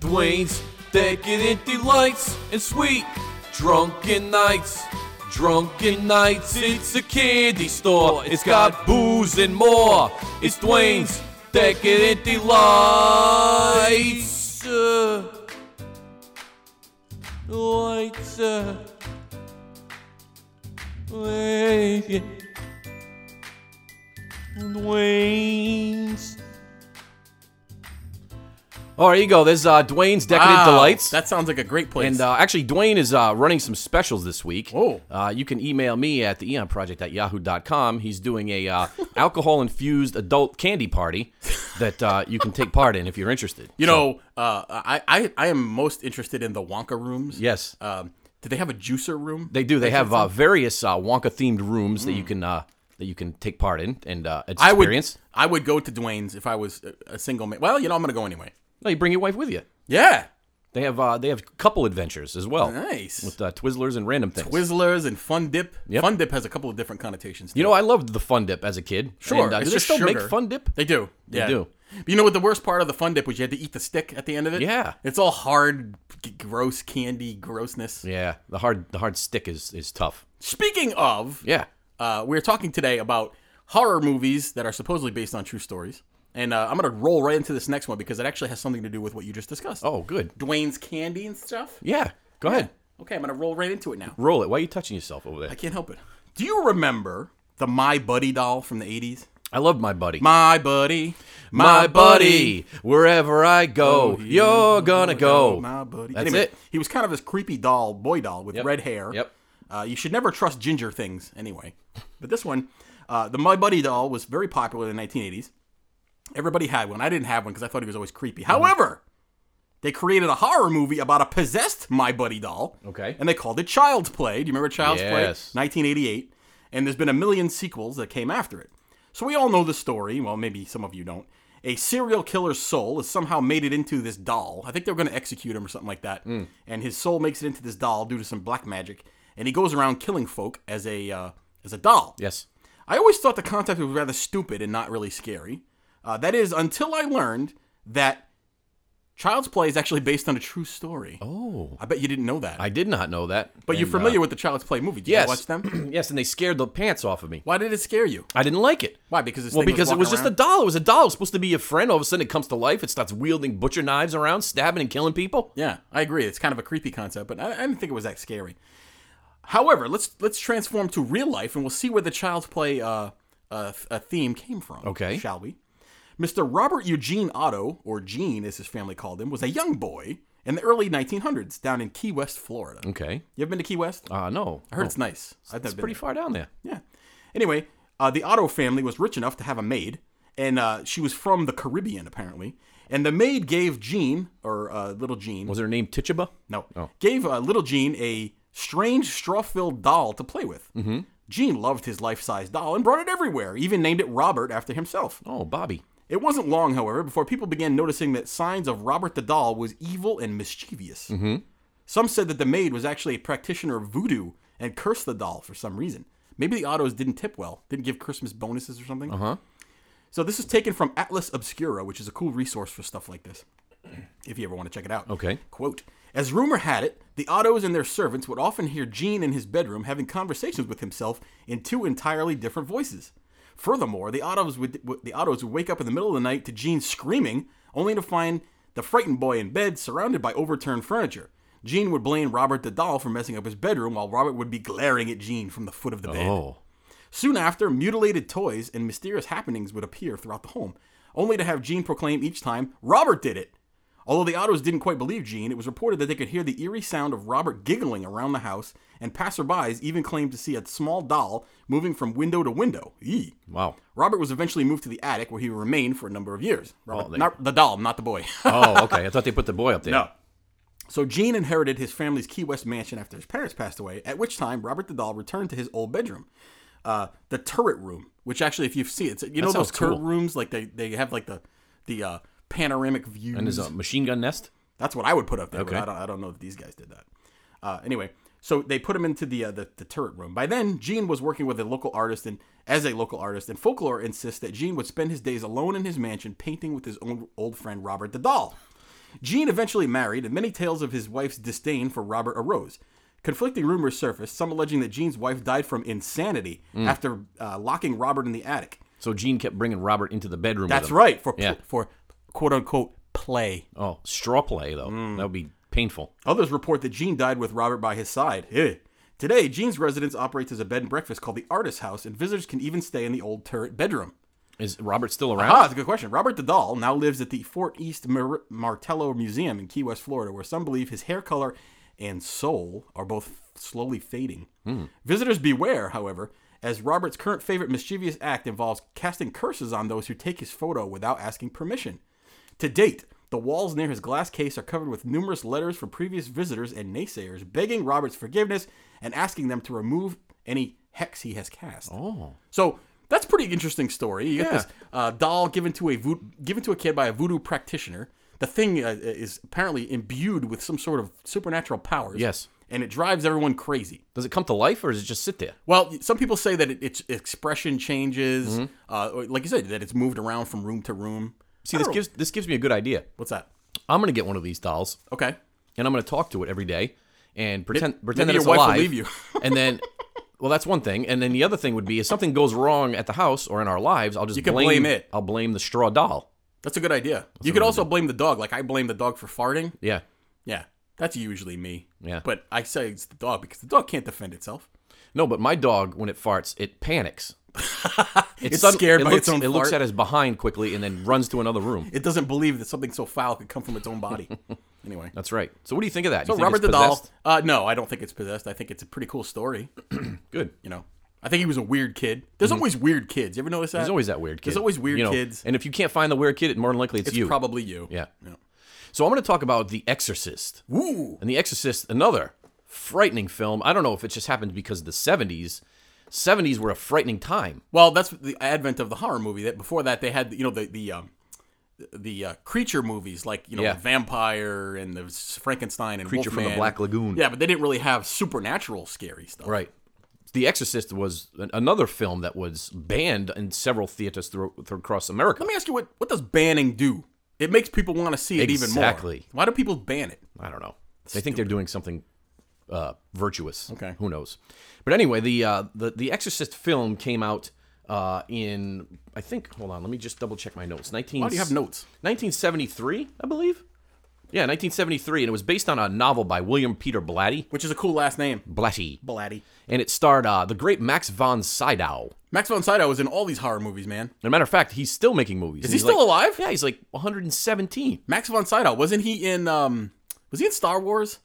Speaker 1: Dwayne's decadent delights and sweet drunken nights. Drunken nights, it's a candy store. It's got booze and more. It's Dwayne's decadent delights. Uh, lights. Uh, Dwayne. Dwayne's. All right, here you go. There's uh, Dwayne's Decadent
Speaker 2: Wow,
Speaker 1: Delights.
Speaker 2: That sounds like a great place.
Speaker 1: And uh, actually, Dwayne is uh, running some specials this week.
Speaker 2: Oh.
Speaker 1: Uh, you can email me at the eonproject at yahoo.com. He's doing a uh, alcohol infused adult candy party that uh, you can take part in if you're
Speaker 2: *laughs*
Speaker 1: interested.
Speaker 2: you know, uh, I, I I am most interested in the Wonka rooms.
Speaker 1: Yes.
Speaker 2: Um, do they have a juicer room?
Speaker 1: They do. They have uh, various uh, Wonka themed rooms that you can uh, that you can take part in and uh,
Speaker 2: Mm. I would.
Speaker 1: experience.
Speaker 2: I would go to Dwayne's if I was a- a single man. Well, you know, I'm gonna go anyway.
Speaker 1: No, you bring your wife with you.
Speaker 2: Yeah.
Speaker 1: They have uh, they have couple adventures as well.
Speaker 2: Nice.
Speaker 1: With uh, Twizzlers and random things.
Speaker 2: Twizzlers and Fun Dip.
Speaker 1: Yep.
Speaker 2: Fun Dip has a couple of different connotations.
Speaker 1: you know, I loved the Fun Dip as a kid.
Speaker 2: Sure,
Speaker 1: And, uh,
Speaker 2: it's
Speaker 1: do they
Speaker 2: just
Speaker 1: still make
Speaker 2: sugar.
Speaker 1: Fun Dip?
Speaker 2: They do. They
Speaker 1: do.
Speaker 2: But you know what? The worst part of the fun dip was you had to eat the stick at the end of it.
Speaker 1: Yeah.
Speaker 2: It's all hard, g- gross candy grossness.
Speaker 1: Yeah. The hard the hard stick is is tough.
Speaker 2: Speaking of,
Speaker 1: Yeah.
Speaker 2: uh, we are talking today about horror movies that are supposedly based on true stories. And uh, I'm going to roll right into this next one because it actually has something to do with what you just discussed.
Speaker 1: Oh, good.
Speaker 2: Dwayne's candy and stuff.
Speaker 1: Yeah, go ahead.
Speaker 2: Okay, I'm going to roll right into it now.
Speaker 1: Roll it. Why are you touching yourself over there?
Speaker 2: I can't help it. Do you remember the My Buddy doll from the 80s?
Speaker 1: I love my buddy.
Speaker 2: My Buddy.
Speaker 1: My buddy, wherever I
Speaker 2: Oh,
Speaker 1: go, you're gonna go.
Speaker 2: My buddy.
Speaker 1: That's
Speaker 2: Anyway,
Speaker 1: it.
Speaker 2: He was kind of this creepy doll, boy doll with red hair.
Speaker 1: Yep.
Speaker 2: Uh, you should never trust ginger things anyway. But this one, uh, the My Buddy doll was very popular in the 1980s. Everybody had one. I didn't have one because I thought he was always creepy.
Speaker 1: Mm-hmm.
Speaker 2: However, they created a horror movie about a possessed My Buddy doll.
Speaker 1: Okay.
Speaker 2: And they called it Child's Play. Do you remember Child's
Speaker 1: Yes.
Speaker 2: Play? 1988. And there's been a million sequels that came after it. So we all know the story. Well, maybe some of you don't. A serial killer's soul is somehow made it into this doll. I think they were going to execute him or something like that.
Speaker 1: Hmm.
Speaker 2: And his soul makes it into this doll due to some black magic. And he goes around killing folk as a uh, as a doll.
Speaker 1: Yes.
Speaker 2: I always thought the concept was rather stupid and not really scary. Uh, that is, until I learned that Child's Play is actually based on a true story.
Speaker 1: Oh,
Speaker 2: I bet you didn't know that.
Speaker 1: I did not know that.
Speaker 2: but you're
Speaker 1: And, uh,
Speaker 2: familiar with the Child's Play movie. Did
Speaker 1: yes.
Speaker 2: you watch them?
Speaker 1: *clears throat* yes, and they scared the pants off of me.
Speaker 2: Why did it scare you?
Speaker 1: I didn't like it.
Speaker 2: Why? Because this
Speaker 1: Well,
Speaker 2: thing
Speaker 1: because it was just
Speaker 2: walking
Speaker 1: a
Speaker 2: around?
Speaker 1: doll. It was a doll. It was supposed to be your friend. All of a sudden, it comes to life. It starts wielding butcher knives around, stabbing and killing people.
Speaker 2: Yeah, I agree. It's kind of a creepy concept, but I, I didn't think it was that scary. However, let's let's transform to real life, and we'll see where the Child's Play uh, uh, th- uh, theme came from.
Speaker 1: Okay.
Speaker 2: shall we? Mr. Robert Eugene Otto, or Gene as his family called him, was a young boy in the early 1900s down in Key West, Florida.
Speaker 1: Okay.
Speaker 2: You ever been to Key West?
Speaker 1: Uh, no.
Speaker 2: I heard it's nice. I've never
Speaker 1: It's
Speaker 2: been.
Speaker 1: pretty far down there.
Speaker 2: Yeah. Anyway, uh, the Otto family was rich enough to have a maid, and uh, she was from the Caribbean apparently. And the maid gave Gene, or uh, little Gene,
Speaker 1: Was her name Tituba?
Speaker 2: no. Gave uh, little Gene a strange straw filled doll to play with. Mm-hmm. Gene loved his life size doll and brought it everywhere, even named it Robert after himself.
Speaker 1: Oh, Bobby.
Speaker 2: It wasn't long, however, before people began noticing that signs of Robert the doll was evil and mischievous. Mm-hmm. Some said that the maid was actually a practitioner of voodoo and cursed the doll for some reason. Maybe the autos didn't tip well, didn't give Christmas bonuses or something. Uh huh. So this is taken from Atlas Obscura, which is a cool resource for stuff like this, if you ever want to check it out.
Speaker 1: Okay.
Speaker 2: Quote As rumor had it, the Ottos and their servants would often hear Gene in his bedroom having conversations with himself in two entirely different voices. Furthermore, the Ottos would would- the Ottos would wake up in the middle of the night to Gene screaming, only to find the frightened boy in bed surrounded by overturned furniture. Gene would blame Robert the doll for messing up his bedroom, while Robert would be glaring at Gene from the foot of the bed.
Speaker 1: Oh.
Speaker 2: Soon after, mutilated toys and mysterious happenings would appear throughout the home, only to have Gene proclaim each time, Robert did it! Although the Ottos didn't quite believe Gene, it was reported that they could hear the eerie sound of Robert giggling around the house, and passerbys even claimed to see a small doll moving from window to window. Eee. *laughs*
Speaker 1: Wow.
Speaker 2: Robert was eventually moved to the attic where he remained for a number of years. Robert,
Speaker 1: they-
Speaker 2: not the doll, not the boy. *laughs*
Speaker 1: Oh, okay. I thought they put the boy up there.
Speaker 2: No. So Gene inherited his family's Key West mansion after his parents passed away, at which time Robert the Doll returned to his old bedroom, uh, the turret room, which actually, if you see it, you know
Speaker 1: sounds
Speaker 2: those turret
Speaker 1: cool.
Speaker 2: rooms, like they, they have like the the uh, panoramic views.
Speaker 1: And there's a machine gun nest.
Speaker 2: That's what I would put up there. but
Speaker 1: Okay.
Speaker 2: I, don't, I don't know that these guys did that. Uh, anyway, so they put him into the, uh, the the turret room. By then, Gene was working with a local artist and as a local artist, and folklore insists that Gene would spend his days alone in his mansion painting with his own old friend Robert the doll. Gene eventually married, and many tales of his wife's disdain for Robert arose. Conflicting rumors surfaced, some alleging that Gene's wife died from insanity
Speaker 1: Mm.
Speaker 2: after uh, locking Robert in the attic.
Speaker 1: So Gene kept bringing Robert into the bedroom. with
Speaker 2: That's
Speaker 1: him.
Speaker 2: right for
Speaker 1: Yeah.
Speaker 2: for quote unquote play.
Speaker 1: Oh, straw play though.
Speaker 2: Mm.
Speaker 1: That would be painful.
Speaker 2: Others report that Gene died with Robert by his side. Eh. Today, Gene's residence operates as a bed and breakfast called the Artist House, and visitors can even stay in the old turret bedroom.
Speaker 1: Is Robert still around?
Speaker 2: Ah, that's a good question. Robert the Doll now lives at the Fort East Mar- Martello Museum in Key West, Florida, where some believe his hair color and soul are both slowly fading. Visitors beware, however, as Robert's current favorite mischievous act involves casting curses on those who take his photo without asking permission. To date, the walls near his glass case are covered with numerous letters from previous visitors and naysayers begging Robert's forgiveness and asking them to remove any hex he has cast. Oh. So that's a pretty interesting story. You get
Speaker 1: Yeah.
Speaker 2: this uh, doll given to a vo- given to a kid by a voodoo practitioner. The thing uh, is apparently imbued with some sort of supernatural powers.
Speaker 1: Yes.
Speaker 2: And it drives everyone crazy.
Speaker 1: Does it come to life or does it just sit there?
Speaker 2: Well, some people say that it, its expression changes,
Speaker 1: Mm-hmm.
Speaker 2: uh, or like you said, that it's moved around from room to room.
Speaker 1: See,
Speaker 2: I
Speaker 1: this
Speaker 2: don't-
Speaker 1: gives this gives me a good idea.
Speaker 2: what's that?
Speaker 1: I'm gonna get one of these dolls
Speaker 2: Okay.
Speaker 1: and I'm gonna talk to it every day and pretend pretend that
Speaker 2: maybe
Speaker 1: it's
Speaker 2: your wife will
Speaker 1: alive.
Speaker 2: leave you.
Speaker 1: *laughs* and then, well, that's one thing. And then the other thing would be if something goes wrong at the house or in our lives, I'll just
Speaker 2: can blame it.
Speaker 1: I'll blame the straw doll.
Speaker 2: That's a good idea. you could also blame the dog. Like I blame the dog for farting.
Speaker 1: Yeah.
Speaker 2: Yeah, that's usually me.
Speaker 1: Yeah.
Speaker 2: But I say it's the dog because the dog can't defend itself.
Speaker 1: No, but my dog, when it farts, it
Speaker 2: *laughs*
Speaker 1: panics.
Speaker 2: It's scared
Speaker 1: it
Speaker 2: by
Speaker 1: looks,
Speaker 2: its own
Speaker 1: It looks
Speaker 2: fart.
Speaker 1: at his behind quickly and then runs to another room.
Speaker 2: It doesn't believe that something so foul could come from its
Speaker 1: *laughs*
Speaker 2: own body. anyway.
Speaker 1: That's right. So what do you think of that? Do
Speaker 2: So
Speaker 1: you Uh, think
Speaker 2: Robert
Speaker 1: it's
Speaker 2: the doll.
Speaker 1: possessed?
Speaker 2: Uh, no, I don't think it's possessed. I think it's a pretty cool story.
Speaker 1: Good.
Speaker 2: You know, I think he was a weird kid. There's always weird kids. You ever notice that?
Speaker 1: Mm-hmm. There's always that weird kid.
Speaker 2: There's always weird
Speaker 1: you know,
Speaker 2: kids.
Speaker 1: And if you can't find the weird kid, it more than likely it's,
Speaker 2: It's
Speaker 1: you.
Speaker 2: probably you.
Speaker 1: yeah. So I'm going to talk about The Exorcist.
Speaker 2: Woo.
Speaker 1: And The Exorcist, another frightening film. I don't know if it just happened because of the 70s. 70s were a frightening time.
Speaker 2: Well, that's the advent of the horror movie. That before that they had you know the the um, the uh, creature movies like you know
Speaker 1: Yeah.
Speaker 2: the vampire and the Frankenstein and
Speaker 1: Creature from the
Speaker 2: Wolfman.
Speaker 1: Black Lagoon.
Speaker 2: Yeah, but they didn't really have supernatural scary stuff.
Speaker 1: Right. The Exorcist was an, another film that was banned in several theaters through, through across America.
Speaker 2: Let me ask you what what does banning do? It makes people want to see it even more.
Speaker 1: Exactly.
Speaker 2: Why do people ban it?
Speaker 1: I don't know. They think they're doing something uh, virtuous.
Speaker 2: Okay.
Speaker 1: Who knows? But anyway, the uh, the the Exorcist film came out uh, in I think. Hold on, let me just double check my notes. Nineteen.
Speaker 2: Why do you have notes?
Speaker 1: 1973, I believe. Yeah, 1973, and it was based on a novel by William Peter Blatty.
Speaker 2: Which is a cool last name,
Speaker 1: Blatty.
Speaker 2: Blatty.
Speaker 1: And it starred uh, the great Max von Sydow.
Speaker 2: Max von Sydow was in all these horror movies, man.
Speaker 1: As a matter of fact, he's still making movies. Is
Speaker 2: he still alive?
Speaker 1: Yeah, he's like 117.
Speaker 2: Max von Sydow wasn't he in um was he in Star Wars?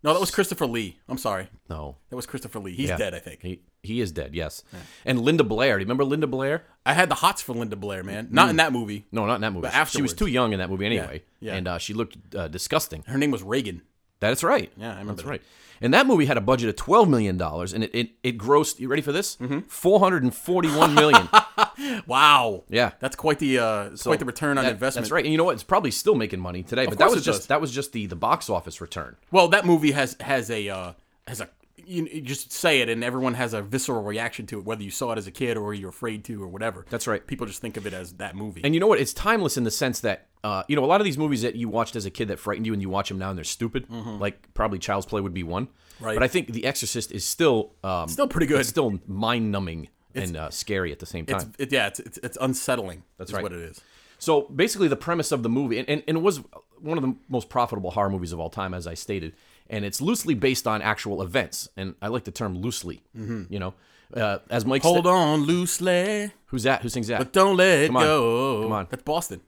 Speaker 2: No, that was Christopher Lee. I'm sorry,
Speaker 1: No.
Speaker 2: that was Christopher Lee. He's
Speaker 1: Yeah.
Speaker 2: dead, I think.
Speaker 1: He, he is dead, yes. And Linda Blair. Do you remember Linda Blair?
Speaker 2: I had the hots for Linda Blair, man. Not in
Speaker 1: Mm.
Speaker 2: that movie.
Speaker 1: No, not in that movie. she was
Speaker 2: afterwards.
Speaker 1: too young in that movie anyway.
Speaker 2: yeah.
Speaker 1: And uh, she looked uh, disgusting.
Speaker 2: Her name was Reagan.
Speaker 1: That's right.
Speaker 2: Yeah, I remember
Speaker 1: That's
Speaker 2: that.
Speaker 1: right. And that movie had a budget of $12 million, and it, it, it grossed, you ready for this?
Speaker 2: Mm-hmm.
Speaker 1: $441
Speaker 2: *laughs*
Speaker 1: million.
Speaker 2: Wow.
Speaker 1: Yeah.
Speaker 2: That's quite the uh, it's quite the return on
Speaker 1: That-
Speaker 2: investment.
Speaker 1: That's right. And you know what? It's probably still making money today, but that
Speaker 2: course
Speaker 1: was
Speaker 2: it
Speaker 1: just
Speaker 2: does.
Speaker 1: that was just the, the box office return.
Speaker 2: Well, that movie has has a uh, has a you, you just say it and everyone has a visceral reaction to it, whether you saw it as a kid or you're afraid to or whatever.
Speaker 1: That's right.
Speaker 2: People just think of it as that movie.
Speaker 1: And you know what? It's timeless in the sense that uh, you know a lot of these movies that you watched as a kid that frightened you, and you watch them now and they're stupid. Like probably Child's Play would be one.
Speaker 2: Mm-hmm. Right.
Speaker 1: But I think The Exorcist is still um,
Speaker 2: Still pretty good.
Speaker 1: It's still mind numbing and uh, scary at the same
Speaker 2: it's,
Speaker 1: time.
Speaker 2: it, yeah, it's, it's it's unsettling. That's
Speaker 1: right.
Speaker 2: what it is.
Speaker 1: So basically, the premise of the movie, and, and, and it was one of the most profitable horror movies of all time, as I stated, and it's loosely based on actual events. And I like the term loosely. You know, uh, as Mike.
Speaker 2: Mm-hmm. Hold
Speaker 1: sta-
Speaker 2: on loosely,
Speaker 1: Who's that? Who sings that?
Speaker 2: but don't let
Speaker 1: on.
Speaker 2: go.
Speaker 1: Come on.
Speaker 2: That's Boston.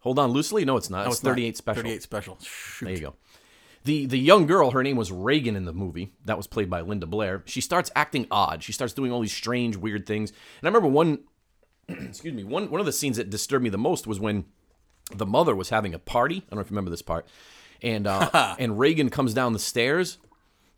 Speaker 1: Hold on loosely. No, it's not. it's
Speaker 2: not.
Speaker 1: thirty eight special.
Speaker 2: 38 special. Shoot.
Speaker 1: There you go. The the young girl, her name was Reagan in the movie. That was played by Linda Blair. She starts acting odd. She starts doing all these strange, weird things. And I remember one *clears throat* excuse me, one one of the scenes that disturbed me the most was when the mother was having a party. I don't know if you remember this part. And
Speaker 2: *laughs*
Speaker 1: uh, and Reagan comes down the stairs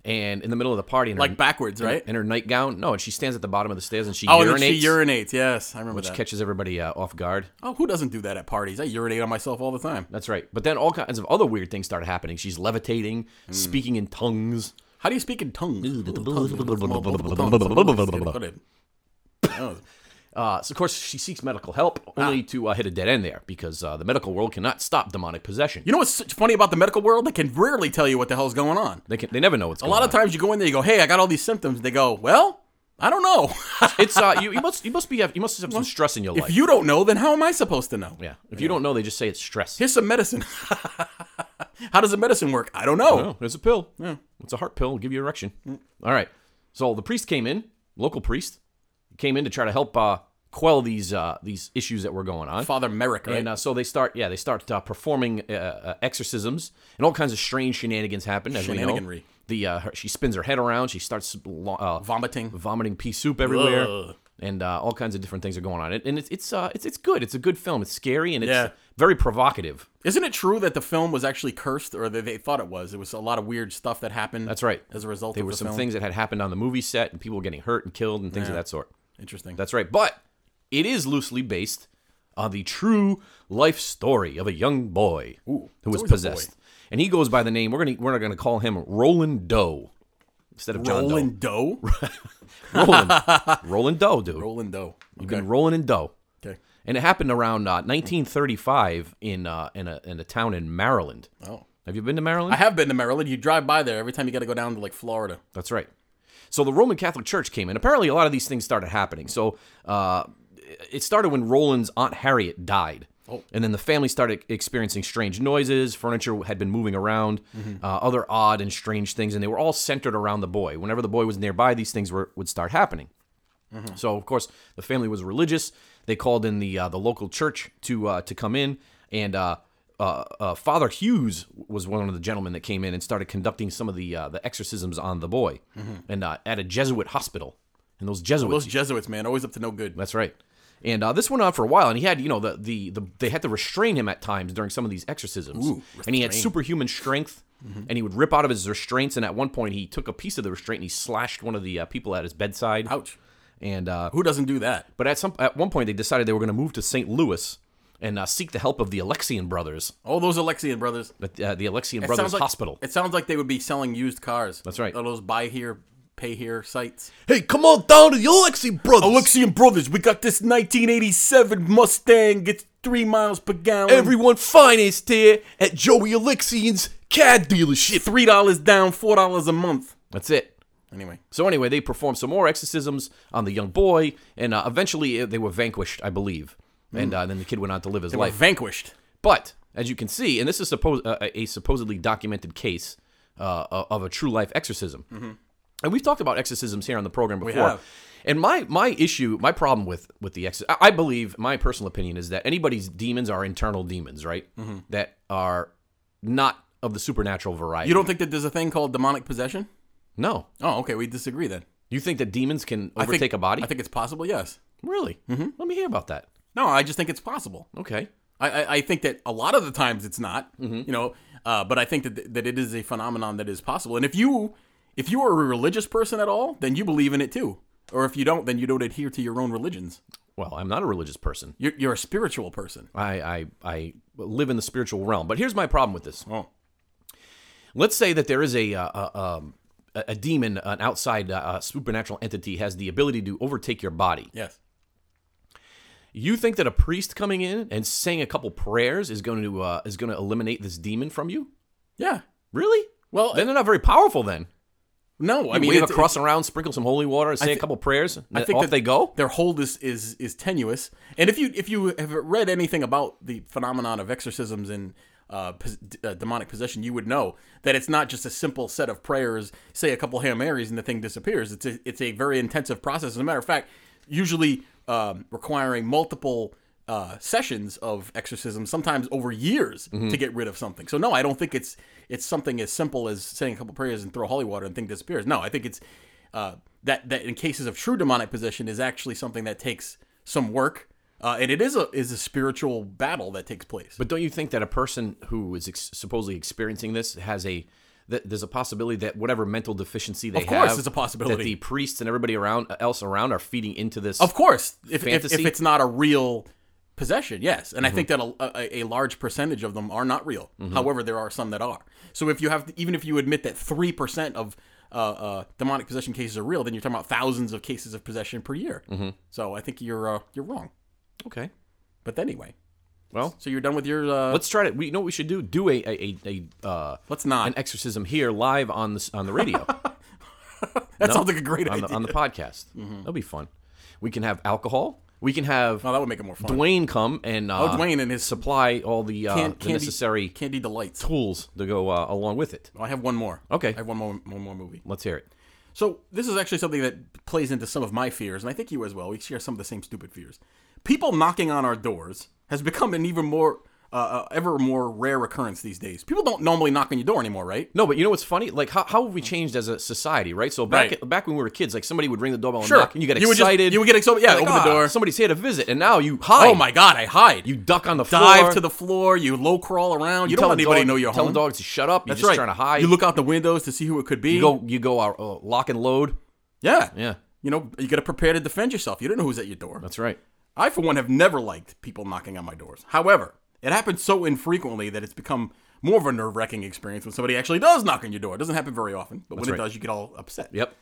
Speaker 1: and in the middle of the party and her-
Speaker 2: Like backwards, right?
Speaker 1: in her nightgown. No, and she stands at the bottom of the stairs and she
Speaker 2: Oh,
Speaker 1: urinates,
Speaker 2: and then she urinates. Yes, I remember
Speaker 1: which
Speaker 2: that.
Speaker 1: catches everybody uh, off guard.
Speaker 2: oh, who doesn't do that at parties? I urinate on myself all the time.
Speaker 1: That's right. But then all kinds of other weird things started happening. She's levitating,
Speaker 2: Hmm.
Speaker 1: speaking in tongues.
Speaker 2: How do you speak in tongues?
Speaker 1: Uh, so of course, she seeks medical help only to uh, hit a dead end there because uh, the medical world cannot stop demonic possession.
Speaker 2: You know what's funny about the medical world? They can rarely tell you what the hell's going on.
Speaker 1: They can, they never know what's
Speaker 2: A
Speaker 1: going
Speaker 2: lot
Speaker 1: on.
Speaker 2: of times you go in there, you go, "Hey, I got all these symptoms." They go, "Well, I don't know. *laughs*
Speaker 1: *laughs* it's uh, you, you must you must be have, you must have some stress in your life.
Speaker 2: if you don't know, then how am I supposed to know?"
Speaker 1: yeah, if you don't know, they just say it's stress.
Speaker 2: Here's some medicine. *laughs* how does the medicine work? I don't know.
Speaker 1: Oh, it's a pill. Yeah, it's a heart pill. It'll give you erection.
Speaker 2: Mm.
Speaker 1: All right. So the priest came in, local priest, came in to try to help uh, quell these uh, these issues that were going on.
Speaker 2: Father Merrick, right?
Speaker 1: And uh, so they start, yeah, they start uh, performing uh, uh, exorcisms, and all kinds of strange shenanigans happen. As we know,
Speaker 2: Shenaniganry.
Speaker 1: the uh, her, she spins her head around, she starts lo- uh,
Speaker 2: Vomiting.
Speaker 1: vomiting pea soup everywhere,
Speaker 2: Ugh.
Speaker 1: and uh, all kinds of different things are going on. And it's it's uh, it's it's good. It's a good film. It's scary and it's
Speaker 2: Yeah.
Speaker 1: very provocative.
Speaker 2: Isn't it true that the film was actually cursed, or that they thought it was? It was a lot of weird stuff that happened.
Speaker 1: That's right.
Speaker 2: As a result,
Speaker 1: There
Speaker 2: of
Speaker 1: were
Speaker 2: the
Speaker 1: some
Speaker 2: film.
Speaker 1: things that had happened on the movie set, and people were getting hurt and killed and things of that sort.
Speaker 2: Interesting.
Speaker 1: That's right. But it is loosely based on the true life story of a young boy who was
Speaker 2: always a
Speaker 1: possessed. And he goes by the name, we're gonna we're gonna call him Roland Doe. Instead of John
Speaker 2: Roland *laughs* Doe.
Speaker 1: Doe. Roland. Roland Doe, dude.
Speaker 2: Roland Doe.
Speaker 1: You've been rolling in dough.
Speaker 2: Okay.
Speaker 1: And it happened around uh, 1935 in uh, in, a, in a town in Maryland.
Speaker 2: Oh.
Speaker 1: Have you been to Maryland?
Speaker 2: I have been to Maryland. You drive by there every time you got to go down to like Florida.
Speaker 1: That's right. So the Roman Catholic Church came in. Apparently, a lot of these things started happening. So uh, it started when Roland's Aunt Harriet died. And then the family started experiencing strange noises. Furniture had been moving around, uh, other odd and strange things. And they were all centered around the boy. Whenever the boy was nearby, these things were, would start happening. So of course the family was religious. They called in the uh, the local church to uh, to come in, and uh, uh, uh, Father Hughes was one of the gentlemen that came in and started conducting some of the uh, the exorcisms on the boy, and uh, at a Jesuit hospital. And those Jesuits,
Speaker 2: Those Jesuits, man, always up to no good.
Speaker 1: that's right. And uh, this went on for a while, and he had, you know, the, the the they had to restrain him at times during some of these exorcisms, and he had superhuman strength,
Speaker 2: Mm-hmm.
Speaker 1: and he would rip out of his restraints. And at one point, he took a piece of the restraint and he slashed one of the uh, people at his bedside.
Speaker 2: Ouch.
Speaker 1: And uh,
Speaker 2: Who doesn't do that?
Speaker 1: but at some at one point, they decided they were going to move to St. Louis and uh, seek the help of the Alexian brothers,
Speaker 2: All those Alexian brothers.
Speaker 1: the, uh, the Alexian
Speaker 2: It
Speaker 1: Brothers
Speaker 2: sounds like,
Speaker 1: Hospital.
Speaker 2: It sounds like they would be selling used cars.
Speaker 1: That's right.
Speaker 2: All those buy here, pay here sites.
Speaker 1: Hey, come on down to the Alexian Brothers.
Speaker 2: Alexian brothers, we got this 1987 Mustang. Gets three miles per gallon.
Speaker 1: Everyone financed here at Joey Alexian's CAD dealership.
Speaker 2: three dollars down, four dollars a month.
Speaker 1: That's it.
Speaker 2: Anyway,
Speaker 1: So anyway, they performed some more exorcisms on the young boy, and uh, eventually uh, they were vanquished, I believe. And uh, then the kid went on to live his
Speaker 2: they were
Speaker 1: life.
Speaker 2: vanquished.
Speaker 1: But as you can see, and this is supposed uh, a supposedly documented case uh, of a true life exorcism, and we've talked about exorcisms here on the program before.
Speaker 2: have.
Speaker 1: And my my issue, my problem with with the ex, I I believe my personal opinion is that anybody's demons are internal demons, right? That are not of the supernatural variety.
Speaker 2: You don't think that there's a thing called demonic possession?
Speaker 1: no.
Speaker 2: Oh, okay, we disagree then.
Speaker 1: You think that demons can
Speaker 2: I think-
Speaker 1: overtake a body?
Speaker 2: I think Mm-hmm. it's possible. Yes.
Speaker 1: really? Let me hear about that.
Speaker 2: No, I just think it's possible.
Speaker 1: Okay.
Speaker 2: I, I, I think that a lot of the times it's not,
Speaker 1: Mm-hmm.
Speaker 2: you know, uh, but I think that that it is a phenomenon that is possible. And if you if you are a religious person at all, then you believe in it too. Or if you don't, then you don't adhere to your own religions.
Speaker 1: Well, I'm not a religious person.
Speaker 2: You're, you're a spiritual person.
Speaker 1: I, I I live in the spiritual realm. But here's my problem with this.
Speaker 2: Oh.
Speaker 1: Let's say that there is a uh, uh, um, a, a demon, an outside uh, uh, supernatural entity, has the ability to overtake your body.
Speaker 2: Yes.
Speaker 1: You think that a priest coming in and saying a couple prayers is going to uh, is going to eliminate this demon from you?
Speaker 2: Yeah.
Speaker 1: Really?
Speaker 2: Well,
Speaker 1: Then they're not very powerful. Then
Speaker 2: no. I
Speaker 1: I mean,
Speaker 2: mean,
Speaker 1: wave a
Speaker 2: it's-
Speaker 1: cross around, sprinkle some holy water, say a
Speaker 2: thi-
Speaker 1: couple prayers, and
Speaker 2: think
Speaker 1: off
Speaker 2: that-
Speaker 1: they go.
Speaker 2: their hold is, is is tenuous. And if you if you have read anything about the phenomenon of exorcisms in uh, pos- d- uh, demonic possession, you would know that it's not just a simple set of prayers, say a couple Hail Marys, and the thing disappears. It's a, it's a very intensive process. As a matter of fact, usually um, requiring multiple uh, sessions of exorcism, sometimes over years,
Speaker 1: Mm-hmm.
Speaker 2: to get rid of something. So no, I don't think it's it's something as simple as saying a couple prayers and throw holy water and thing disappears. No, I think it's uh, that that in cases of true demonic possession is actually something that takes some work, uh, and it is a is a spiritual battle that takes place.
Speaker 1: But don't you think that a person who is ex- supposedly experiencing this has a that there's a possibility that whatever mental deficiency they
Speaker 2: Of course
Speaker 1: have
Speaker 2: it's a possibility.
Speaker 1: that the priests and everybody around else around are feeding into this.
Speaker 2: Of course, if, if, if
Speaker 1: Fantasy? Mm-hmm.
Speaker 2: it's not a real possession, yes. And I think that a, a, a large percentage of them are not real. However, there are some that are. So if you have, even if you admit that three percent of uh, uh, demonic possession cases are real, then you're talking about thousands of cases of possession per year.
Speaker 1: Mm-hmm.
Speaker 2: So I think you're uh, you're wrong.
Speaker 1: okay.
Speaker 2: But anyway,
Speaker 1: Well,
Speaker 2: so you're done with your. Uh, let's,
Speaker 1: let's try to. We you know what we should do. Do a a, a, a uh,
Speaker 2: not.
Speaker 1: an exorcism here live on this on the *laughs* radio.
Speaker 2: that
Speaker 1: No?
Speaker 2: sounds like a great
Speaker 1: on
Speaker 2: idea.
Speaker 1: the, on the podcast. That'll be fun. We can have alcohol. We can have
Speaker 2: oh, that would make it more fun.
Speaker 1: Dwayne come and uh,
Speaker 2: oh, Dwayne and his
Speaker 1: supply all the, uh,
Speaker 2: can-
Speaker 1: the necessary
Speaker 2: candy delights.
Speaker 1: tools to go uh, along with it.
Speaker 2: Oh, I have one more.
Speaker 1: Okay.
Speaker 2: I have one more one more movie.
Speaker 1: Let's hear it.
Speaker 2: So this is actually something that plays into some of my fears, and I think you as well. We share some of the same stupid fears. People knocking on our doors has become an even more, uh, uh, ever more rare occurrence these days. People don't normally knock on your door anymore, right?
Speaker 1: No, but you know what's funny? Like how, how have we changed as a society, right? So back
Speaker 2: Right.
Speaker 1: back when we were kids, like somebody would ring the doorbell
Speaker 2: Sure.
Speaker 1: and knock, and you got
Speaker 2: You would just-
Speaker 1: excited.
Speaker 2: you would get excited, yeah,
Speaker 1: Like,
Speaker 2: open the
Speaker 1: "Ah,
Speaker 2: door."
Speaker 1: Somebody's here to visit, and now you hide.
Speaker 2: Oh my God, I hide.
Speaker 1: You duck on the
Speaker 2: dive
Speaker 1: floor.
Speaker 2: to the floor. You low crawl around. You,
Speaker 1: tell
Speaker 2: don't let
Speaker 1: the
Speaker 2: anybody
Speaker 1: dog-
Speaker 2: know you're
Speaker 1: tell
Speaker 2: home.
Speaker 1: the dogs to shut up.
Speaker 2: That's
Speaker 1: you're
Speaker 2: right.
Speaker 1: just trying to hide.
Speaker 2: You look out the windows to see who it could be.
Speaker 1: You go. You go. Our uh, lock and load.
Speaker 2: yeah,
Speaker 1: Yeah,
Speaker 2: You know, you got to prepare to defend yourself. You don't know who's at your door.
Speaker 1: that's right.
Speaker 2: I, for one, have never liked people knocking on my doors. However, it happens so infrequently that it's become more of a nerve wracking experience when somebody actually does knock on your door. It doesn't happen very often, but when
Speaker 1: right.
Speaker 2: it does, you get all upset.
Speaker 1: Yep.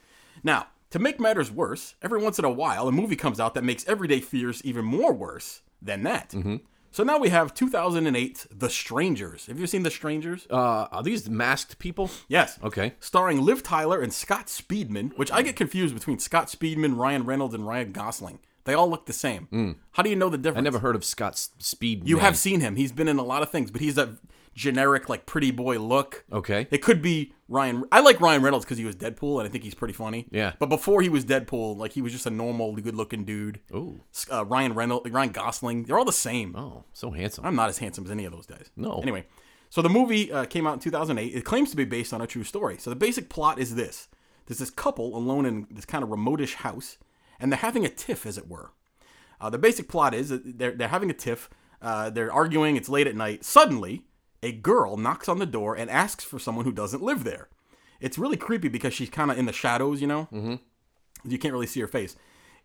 Speaker 2: Now, to make matters worse, every once in a while, a movie comes out that makes everyday fears even more worse than that.
Speaker 1: Mm-hmm.
Speaker 2: So now we have 2008 The Strangers. Have you seen The Strangers?
Speaker 1: Uh, are these masked people?
Speaker 2: yes.
Speaker 1: Okay.
Speaker 2: Starring Liv Tyler and Scott Speedman, which I get confused between Scott Speedman, Ryan Reynolds, and Ryan Gosling. They all look the same. How do you know the difference?
Speaker 1: Hmm. I never heard of Scott S- Speed.
Speaker 2: You have seen him. He's been in a lot of things, but he's that generic, like pretty boy look.
Speaker 1: Okay.
Speaker 2: It could be Ryan. I like Ryan Reynolds because he was Deadpool, and I think he's pretty funny.
Speaker 1: Yeah.
Speaker 2: But before he was Deadpool, like he was just a normal, good-looking dude.
Speaker 1: Ooh.
Speaker 2: Uh, Ryan Reynolds, Ryan Gosling, they're all the same.
Speaker 1: Oh, so handsome.
Speaker 2: I'm not as handsome as any of those guys.
Speaker 1: No.
Speaker 2: Anyway, so the movie uh, came out in 2008. It claims to be based on a true story. So the basic plot is this there's this couple alone in this kind of remotish house, and they're having a tiff, as it were. Uh, the basic plot is that they're, they're having a tiff, uh, they're arguing, it's late at night. Suddenly, a girl knocks on the door and asks for someone who doesn't live there. It's really creepy because she's kind of in the shadows, you know? you can't really see her face.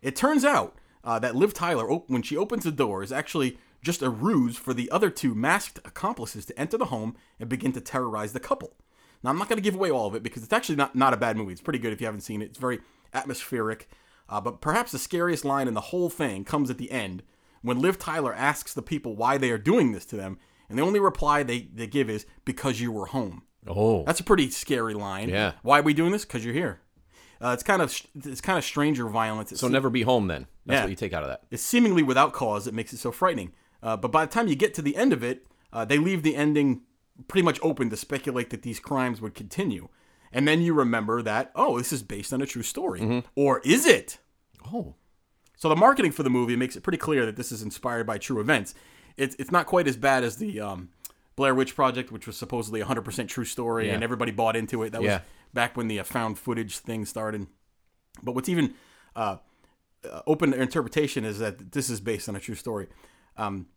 Speaker 2: It turns out uh, that Liv Tyler, op- when she opens the door, is actually just a ruse for the other two masked accomplices to enter the home and begin to terrorize the couple. Now, I'm not going to give away all of it because it's actually not, not a bad movie. It's pretty good if you haven't seen it. It's very atmospheric. Uh, but perhaps the scariest line in the whole thing comes at the end when Liv Tyler asks the people why they are doing this to them. And the only reply they, they give is, because you were home.
Speaker 1: Oh,
Speaker 2: That's a pretty scary line.
Speaker 1: Yeah.
Speaker 2: Why are we doing this? Because you're here. Uh, it's kind of it's kind of stranger violence. It's,
Speaker 1: so never be home then. That's
Speaker 2: Yeah.
Speaker 1: what you take out of that.
Speaker 2: it's seemingly without cause that makes it so frightening. Uh, but by the time you get to the end of it, uh, they leave the ending pretty much open to speculate that these crimes would continue. And then you remember that oh, this is based on a true story, or is it?
Speaker 1: Mm-hmm. Oh,
Speaker 2: So the marketing for the movie makes it pretty clear that this is inspired by true events. It's it's not quite as bad as the um, Blair Witch Project, which was supposedly 100% true story, and everybody bought into it. That was
Speaker 1: Yeah.
Speaker 2: back when the uh, found footage thing started. But what's even uh, uh, open to interpretation is that this is based on a true story. Um,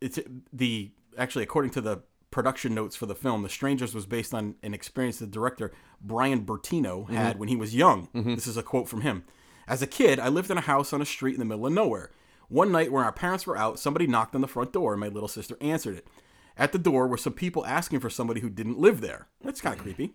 Speaker 2: it's the actually according to the production notes for the film, The Strangers was based on an experience the director Brian Bertino had when he was young. This is a quote from him. As a kid, I lived in a house on a street in the middle of nowhere. One night when our parents were out, somebody knocked on the front door and my little sister answered it. At the door were some people asking for somebody who didn't live there. That's kind of creepy.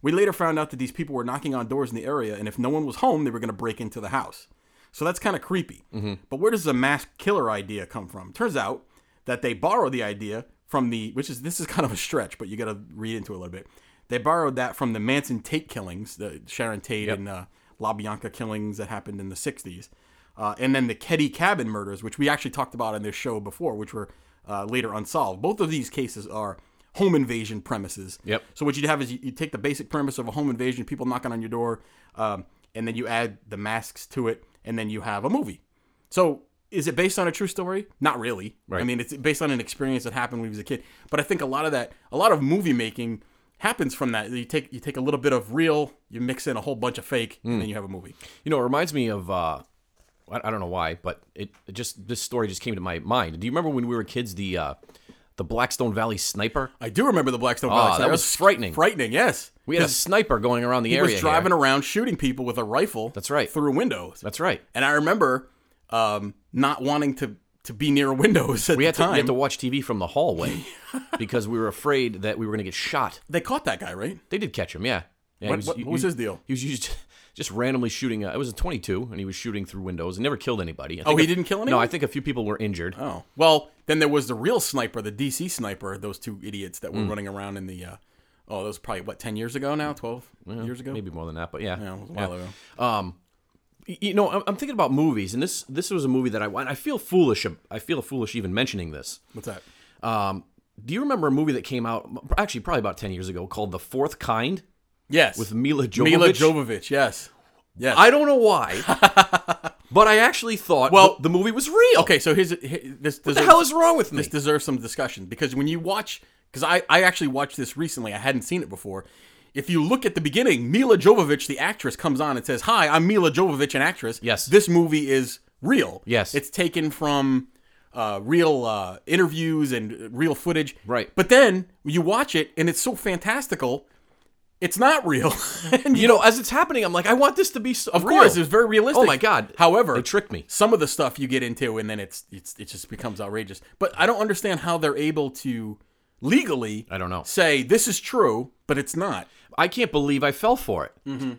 Speaker 2: We later found out that these people were knocking on doors in the area, and if no one was home, they were going to break into the house. So that's kind of creepy. But where does the masked killer idea come from? Turns out that they borrowed the idea from the, which is this is kind of a stretch, but you got to read into it a little bit. They borrowed that from the Manson Tate killings, the Sharon Tate and uh, LaBianca killings that happened in the '60s, uh, and then the Keddie Cabin murders, which we actually talked about on this show before, which were uh, later unsolved. Both of these cases are home invasion premises.
Speaker 1: Yep.
Speaker 2: So what you'd have is you, you take the basic premise of a home invasion, people knocking on your door, um, and then you add the masks to it, and then you have a movie. So is it based on a true story? Not really.
Speaker 1: Right.
Speaker 2: I mean, it's based on an experience that happened when he was a kid. But I think a lot of that, a lot of movie making happens from that. You take you take a little bit of real, you mix in a whole bunch of fake, and
Speaker 1: Hmm.
Speaker 2: then you have a movie.
Speaker 1: You know, it reminds me of uh, I, I don't know why, but it, it just this story just came to my mind. Do you remember when we were kids the uh, the Blackstone Valley sniper?
Speaker 2: I do remember the Blackstone
Speaker 1: Ah,
Speaker 2: Valley.
Speaker 1: that
Speaker 2: Sniper.
Speaker 1: was frightening.
Speaker 2: Frightening, yes.
Speaker 1: We had a sniper going around the
Speaker 2: He
Speaker 1: area.
Speaker 2: was driving
Speaker 1: here.
Speaker 2: around shooting people with a rifle.
Speaker 1: That's right.
Speaker 2: Through windows.
Speaker 1: That's right.
Speaker 2: And I remember um, not wanting to to be near *laughs* windows at
Speaker 1: We
Speaker 2: the
Speaker 1: had, to,
Speaker 2: time.
Speaker 1: we had to watch TV from the
Speaker 2: *laughs*
Speaker 1: hallway because we were afraid that we were going to get shot.
Speaker 2: They caught that guy, right?
Speaker 1: They did catch him, yeah. yeah he
Speaker 2: What- what- what was his deal?
Speaker 1: He was used, *laughs* just randomly shooting. Uh, it was a 22, and he was shooting through windows. He never killed anybody. I think
Speaker 2: Oh, he
Speaker 1: a-
Speaker 2: didn't kill
Speaker 1: No,
Speaker 2: anyone?
Speaker 1: I think a few people were injured.
Speaker 2: Oh. Well, then there was the real sniper, the DC sniper, those two idiots that were
Speaker 1: Mm.
Speaker 2: running around in the uh, oh, that was probably what, ten years ago now? Twelve years ago?
Speaker 1: Maybe more than that, but yeah.
Speaker 2: Yeah, it was a while ago.
Speaker 1: Y- You know, I'm, I'm thinking about movies, and this this was a movie that I I feel foolish. ab- I feel foolish even mentioning this.
Speaker 2: What's that?
Speaker 1: Um, do you remember a movie that came out actually probably about 10 years ago called The Fourth Kind
Speaker 2: Yes.
Speaker 1: with Mila Jovovich?
Speaker 2: Mila Jovovich, yes. Yes.
Speaker 1: I don't know
Speaker 2: *laughs*
Speaker 1: why, but I actually thought well,
Speaker 2: Well-
Speaker 1: the, movie was real.
Speaker 2: okay, so here's, here- this
Speaker 1: What the hell is wrong with me?
Speaker 2: this deserves some discussion because when you watch because I, I actually watched this recently i hadn't seen it before if you look at the beginning mila jovovich the actress comes on and says hi i'm mila jovovich an actress
Speaker 1: Yes.
Speaker 2: this movie is real
Speaker 1: Yes.
Speaker 2: it's taken from uh, real uh, interviews and uh, real footage
Speaker 1: Right.
Speaker 2: but then you watch it and it's so fantastical it's not real *laughs* and
Speaker 1: you know, as it's happening, I'm like, I want this to be so
Speaker 2: of course it's very realistic
Speaker 1: Oh my God.
Speaker 2: however
Speaker 1: They tricked me.
Speaker 2: some of the stuff you get into and then it's it's it just becomes outrageous but i don't understand how they're able to legally
Speaker 1: I don't know.
Speaker 2: say this is true but it's not
Speaker 1: I can't believe I fell for it. Mm-hmm.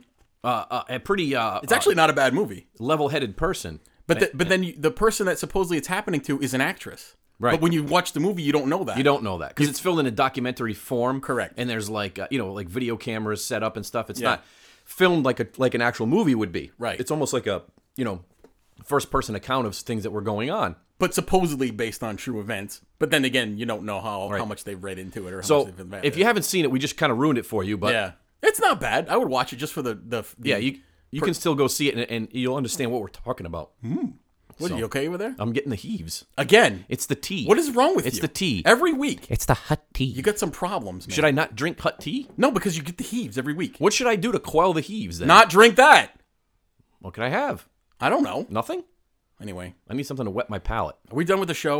Speaker 1: Uh, uh, a pretty uh,
Speaker 2: it's actually not a bad movie
Speaker 1: level-headed person.
Speaker 2: but the, but then you, the person that supposedly it's happening to is an actress
Speaker 1: Right.
Speaker 2: but when you watch the movie you don't know that
Speaker 1: You don't know that because it's filmed in a documentary form.
Speaker 2: Correct.
Speaker 1: And there's like uh, you know like video cameras set up and stuff. It's
Speaker 2: Yeah.
Speaker 1: not filmed like a like an actual movie would be.
Speaker 2: Right.
Speaker 1: It's almost like a you know first person account of things that were going on.
Speaker 2: but supposedly based on true events but then again you don't know how how much they've read into it or how much
Speaker 1: So
Speaker 2: they've been
Speaker 1: if you haven't seen it, we just kind of ruined it for you. But yeah,
Speaker 2: yeah it's not bad i would watch it just for the the, the
Speaker 1: you you can still go see it and, and you'll understand what we're talking about.
Speaker 2: what, you okay over there
Speaker 1: I'm getting the heaves.
Speaker 2: again
Speaker 1: It's the tea.
Speaker 2: what is wrong with
Speaker 1: It's
Speaker 2: you
Speaker 1: the tea.
Speaker 2: every week
Speaker 1: It's the hot tea.
Speaker 2: you got some problems man.
Speaker 1: should I not drink hot tea?
Speaker 2: No, because you get the heaves every week.
Speaker 1: What should I do to quell the heaves? Then
Speaker 2: Not drink that.
Speaker 1: what could I have?
Speaker 2: I don't know.
Speaker 1: Nothing.
Speaker 2: Anyway,
Speaker 1: I need something to wet my palate.
Speaker 2: are we done with the show?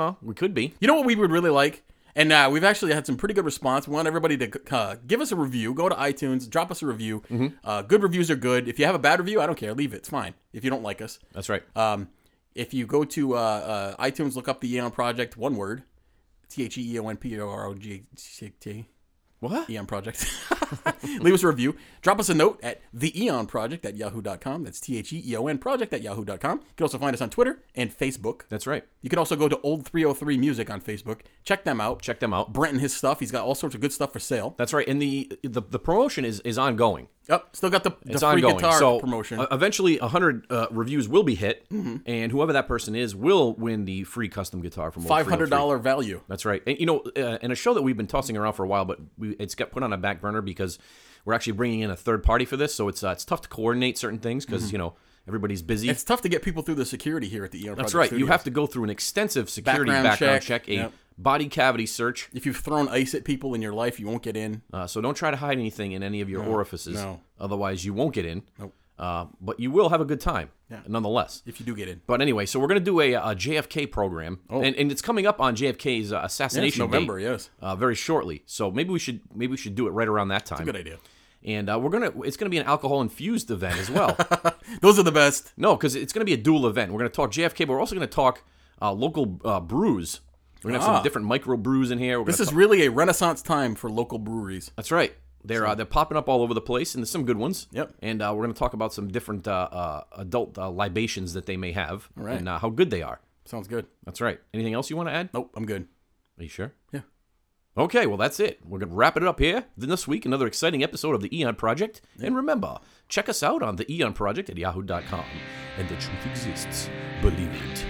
Speaker 1: Oh, we could be.
Speaker 2: You know what we would really like? And uh, we've actually had some pretty good response. We want everybody to uh, give us a review. Go to iTunes, drop us a review. Uh, good reviews are good. If you have a bad review, I don't care. Leave it. It's fine. If you don't like us,
Speaker 1: That's right.
Speaker 2: um, if you go to uh, uh, iTunes, look up the Eon Project, one word, T H E E O N P O R O G T.
Speaker 1: what?
Speaker 2: Eon E Project. *laughs* Leave us a review. Drop us a note at the Eon Project at yahoo.com. That's T H E E O N Project at yahoo.com. You can also find us on Twitter and Facebook.
Speaker 1: That's right.
Speaker 2: You can also go to Old 303 Music on Facebook. Check them out.
Speaker 1: Check them out.
Speaker 2: Brent and his stuff. He's got all sorts of good stuff for sale.
Speaker 1: That's right. And the the, the promotion is is ongoing.
Speaker 2: Yep. Still got the, the
Speaker 1: It's
Speaker 2: free
Speaker 1: ongoing.
Speaker 2: guitar
Speaker 1: so
Speaker 2: promotion. Mm-hmm.
Speaker 1: uh, eventually, hundred uh, reviews will be hit, and whoever that person is will win the free custom guitar from Old $303.
Speaker 2: $500 value.
Speaker 1: That's right. And you know, uh, and a show that we've been tossing around for a while, but we, it's got put on a back burner because we're actually bringing in a third party for this. So it's uh, it's tough to coordinate certain things because you know everybody's busy.
Speaker 2: Mm-hmm. It's tough to get people through the security here at the Eon Project.
Speaker 1: That's right. You
Speaker 2: Studios.
Speaker 1: have to go through an extensive security background,
Speaker 2: Background
Speaker 1: check,
Speaker 2: check.
Speaker 1: a
Speaker 2: Yep.
Speaker 1: body cavity search.
Speaker 2: If you've thrown ice at people in your life, you won't get in.
Speaker 1: Uh, so don't try to hide anything in any of your orifices.
Speaker 2: no.
Speaker 1: Otherwise, you won't get in. Uh, but you will have a good time, nonetheless.
Speaker 2: If you do get in,
Speaker 1: But anyway, so we're going to do a, a JFK program, and, and it's coming up on JFK's uh,
Speaker 2: Oh. Yeah, it's
Speaker 1: assassination date,
Speaker 2: November, yes.
Speaker 1: uh, very shortly. So maybe we should maybe we should do it right around that time.
Speaker 2: Good idea. *laughs*
Speaker 1: And uh, we're gonna it's gonna be an alcohol infused event as
Speaker 2: *laughs*
Speaker 1: well.
Speaker 2: Those are the best.
Speaker 1: No, because it's going to be a dual event. We're going to talk JFK, but we're also going to talk uh, local uh, brews. We're going to have some different micro brews in here. We're gonna
Speaker 2: Ah. This is really a renaissance time for local breweries.
Speaker 1: that's right. They're uh, they're popping up all over the place, and there's some good ones.
Speaker 2: Yep.
Speaker 1: And uh, we're going to talk about some different uh, uh, adult uh, libations that they may have,
Speaker 2: right.
Speaker 1: and uh, how good they are.
Speaker 2: Sounds good.
Speaker 1: That's right. Anything else you want to add?
Speaker 2: Nope, I'm good.
Speaker 1: Are you sure?
Speaker 2: Yeah.
Speaker 1: Okay, well that's it. We're gonna wrap it up here. Then this week, another exciting episode of the Eon Project. And remember, E check us out on the Eon Project at yahoo.com. And the truth exists. Believe it.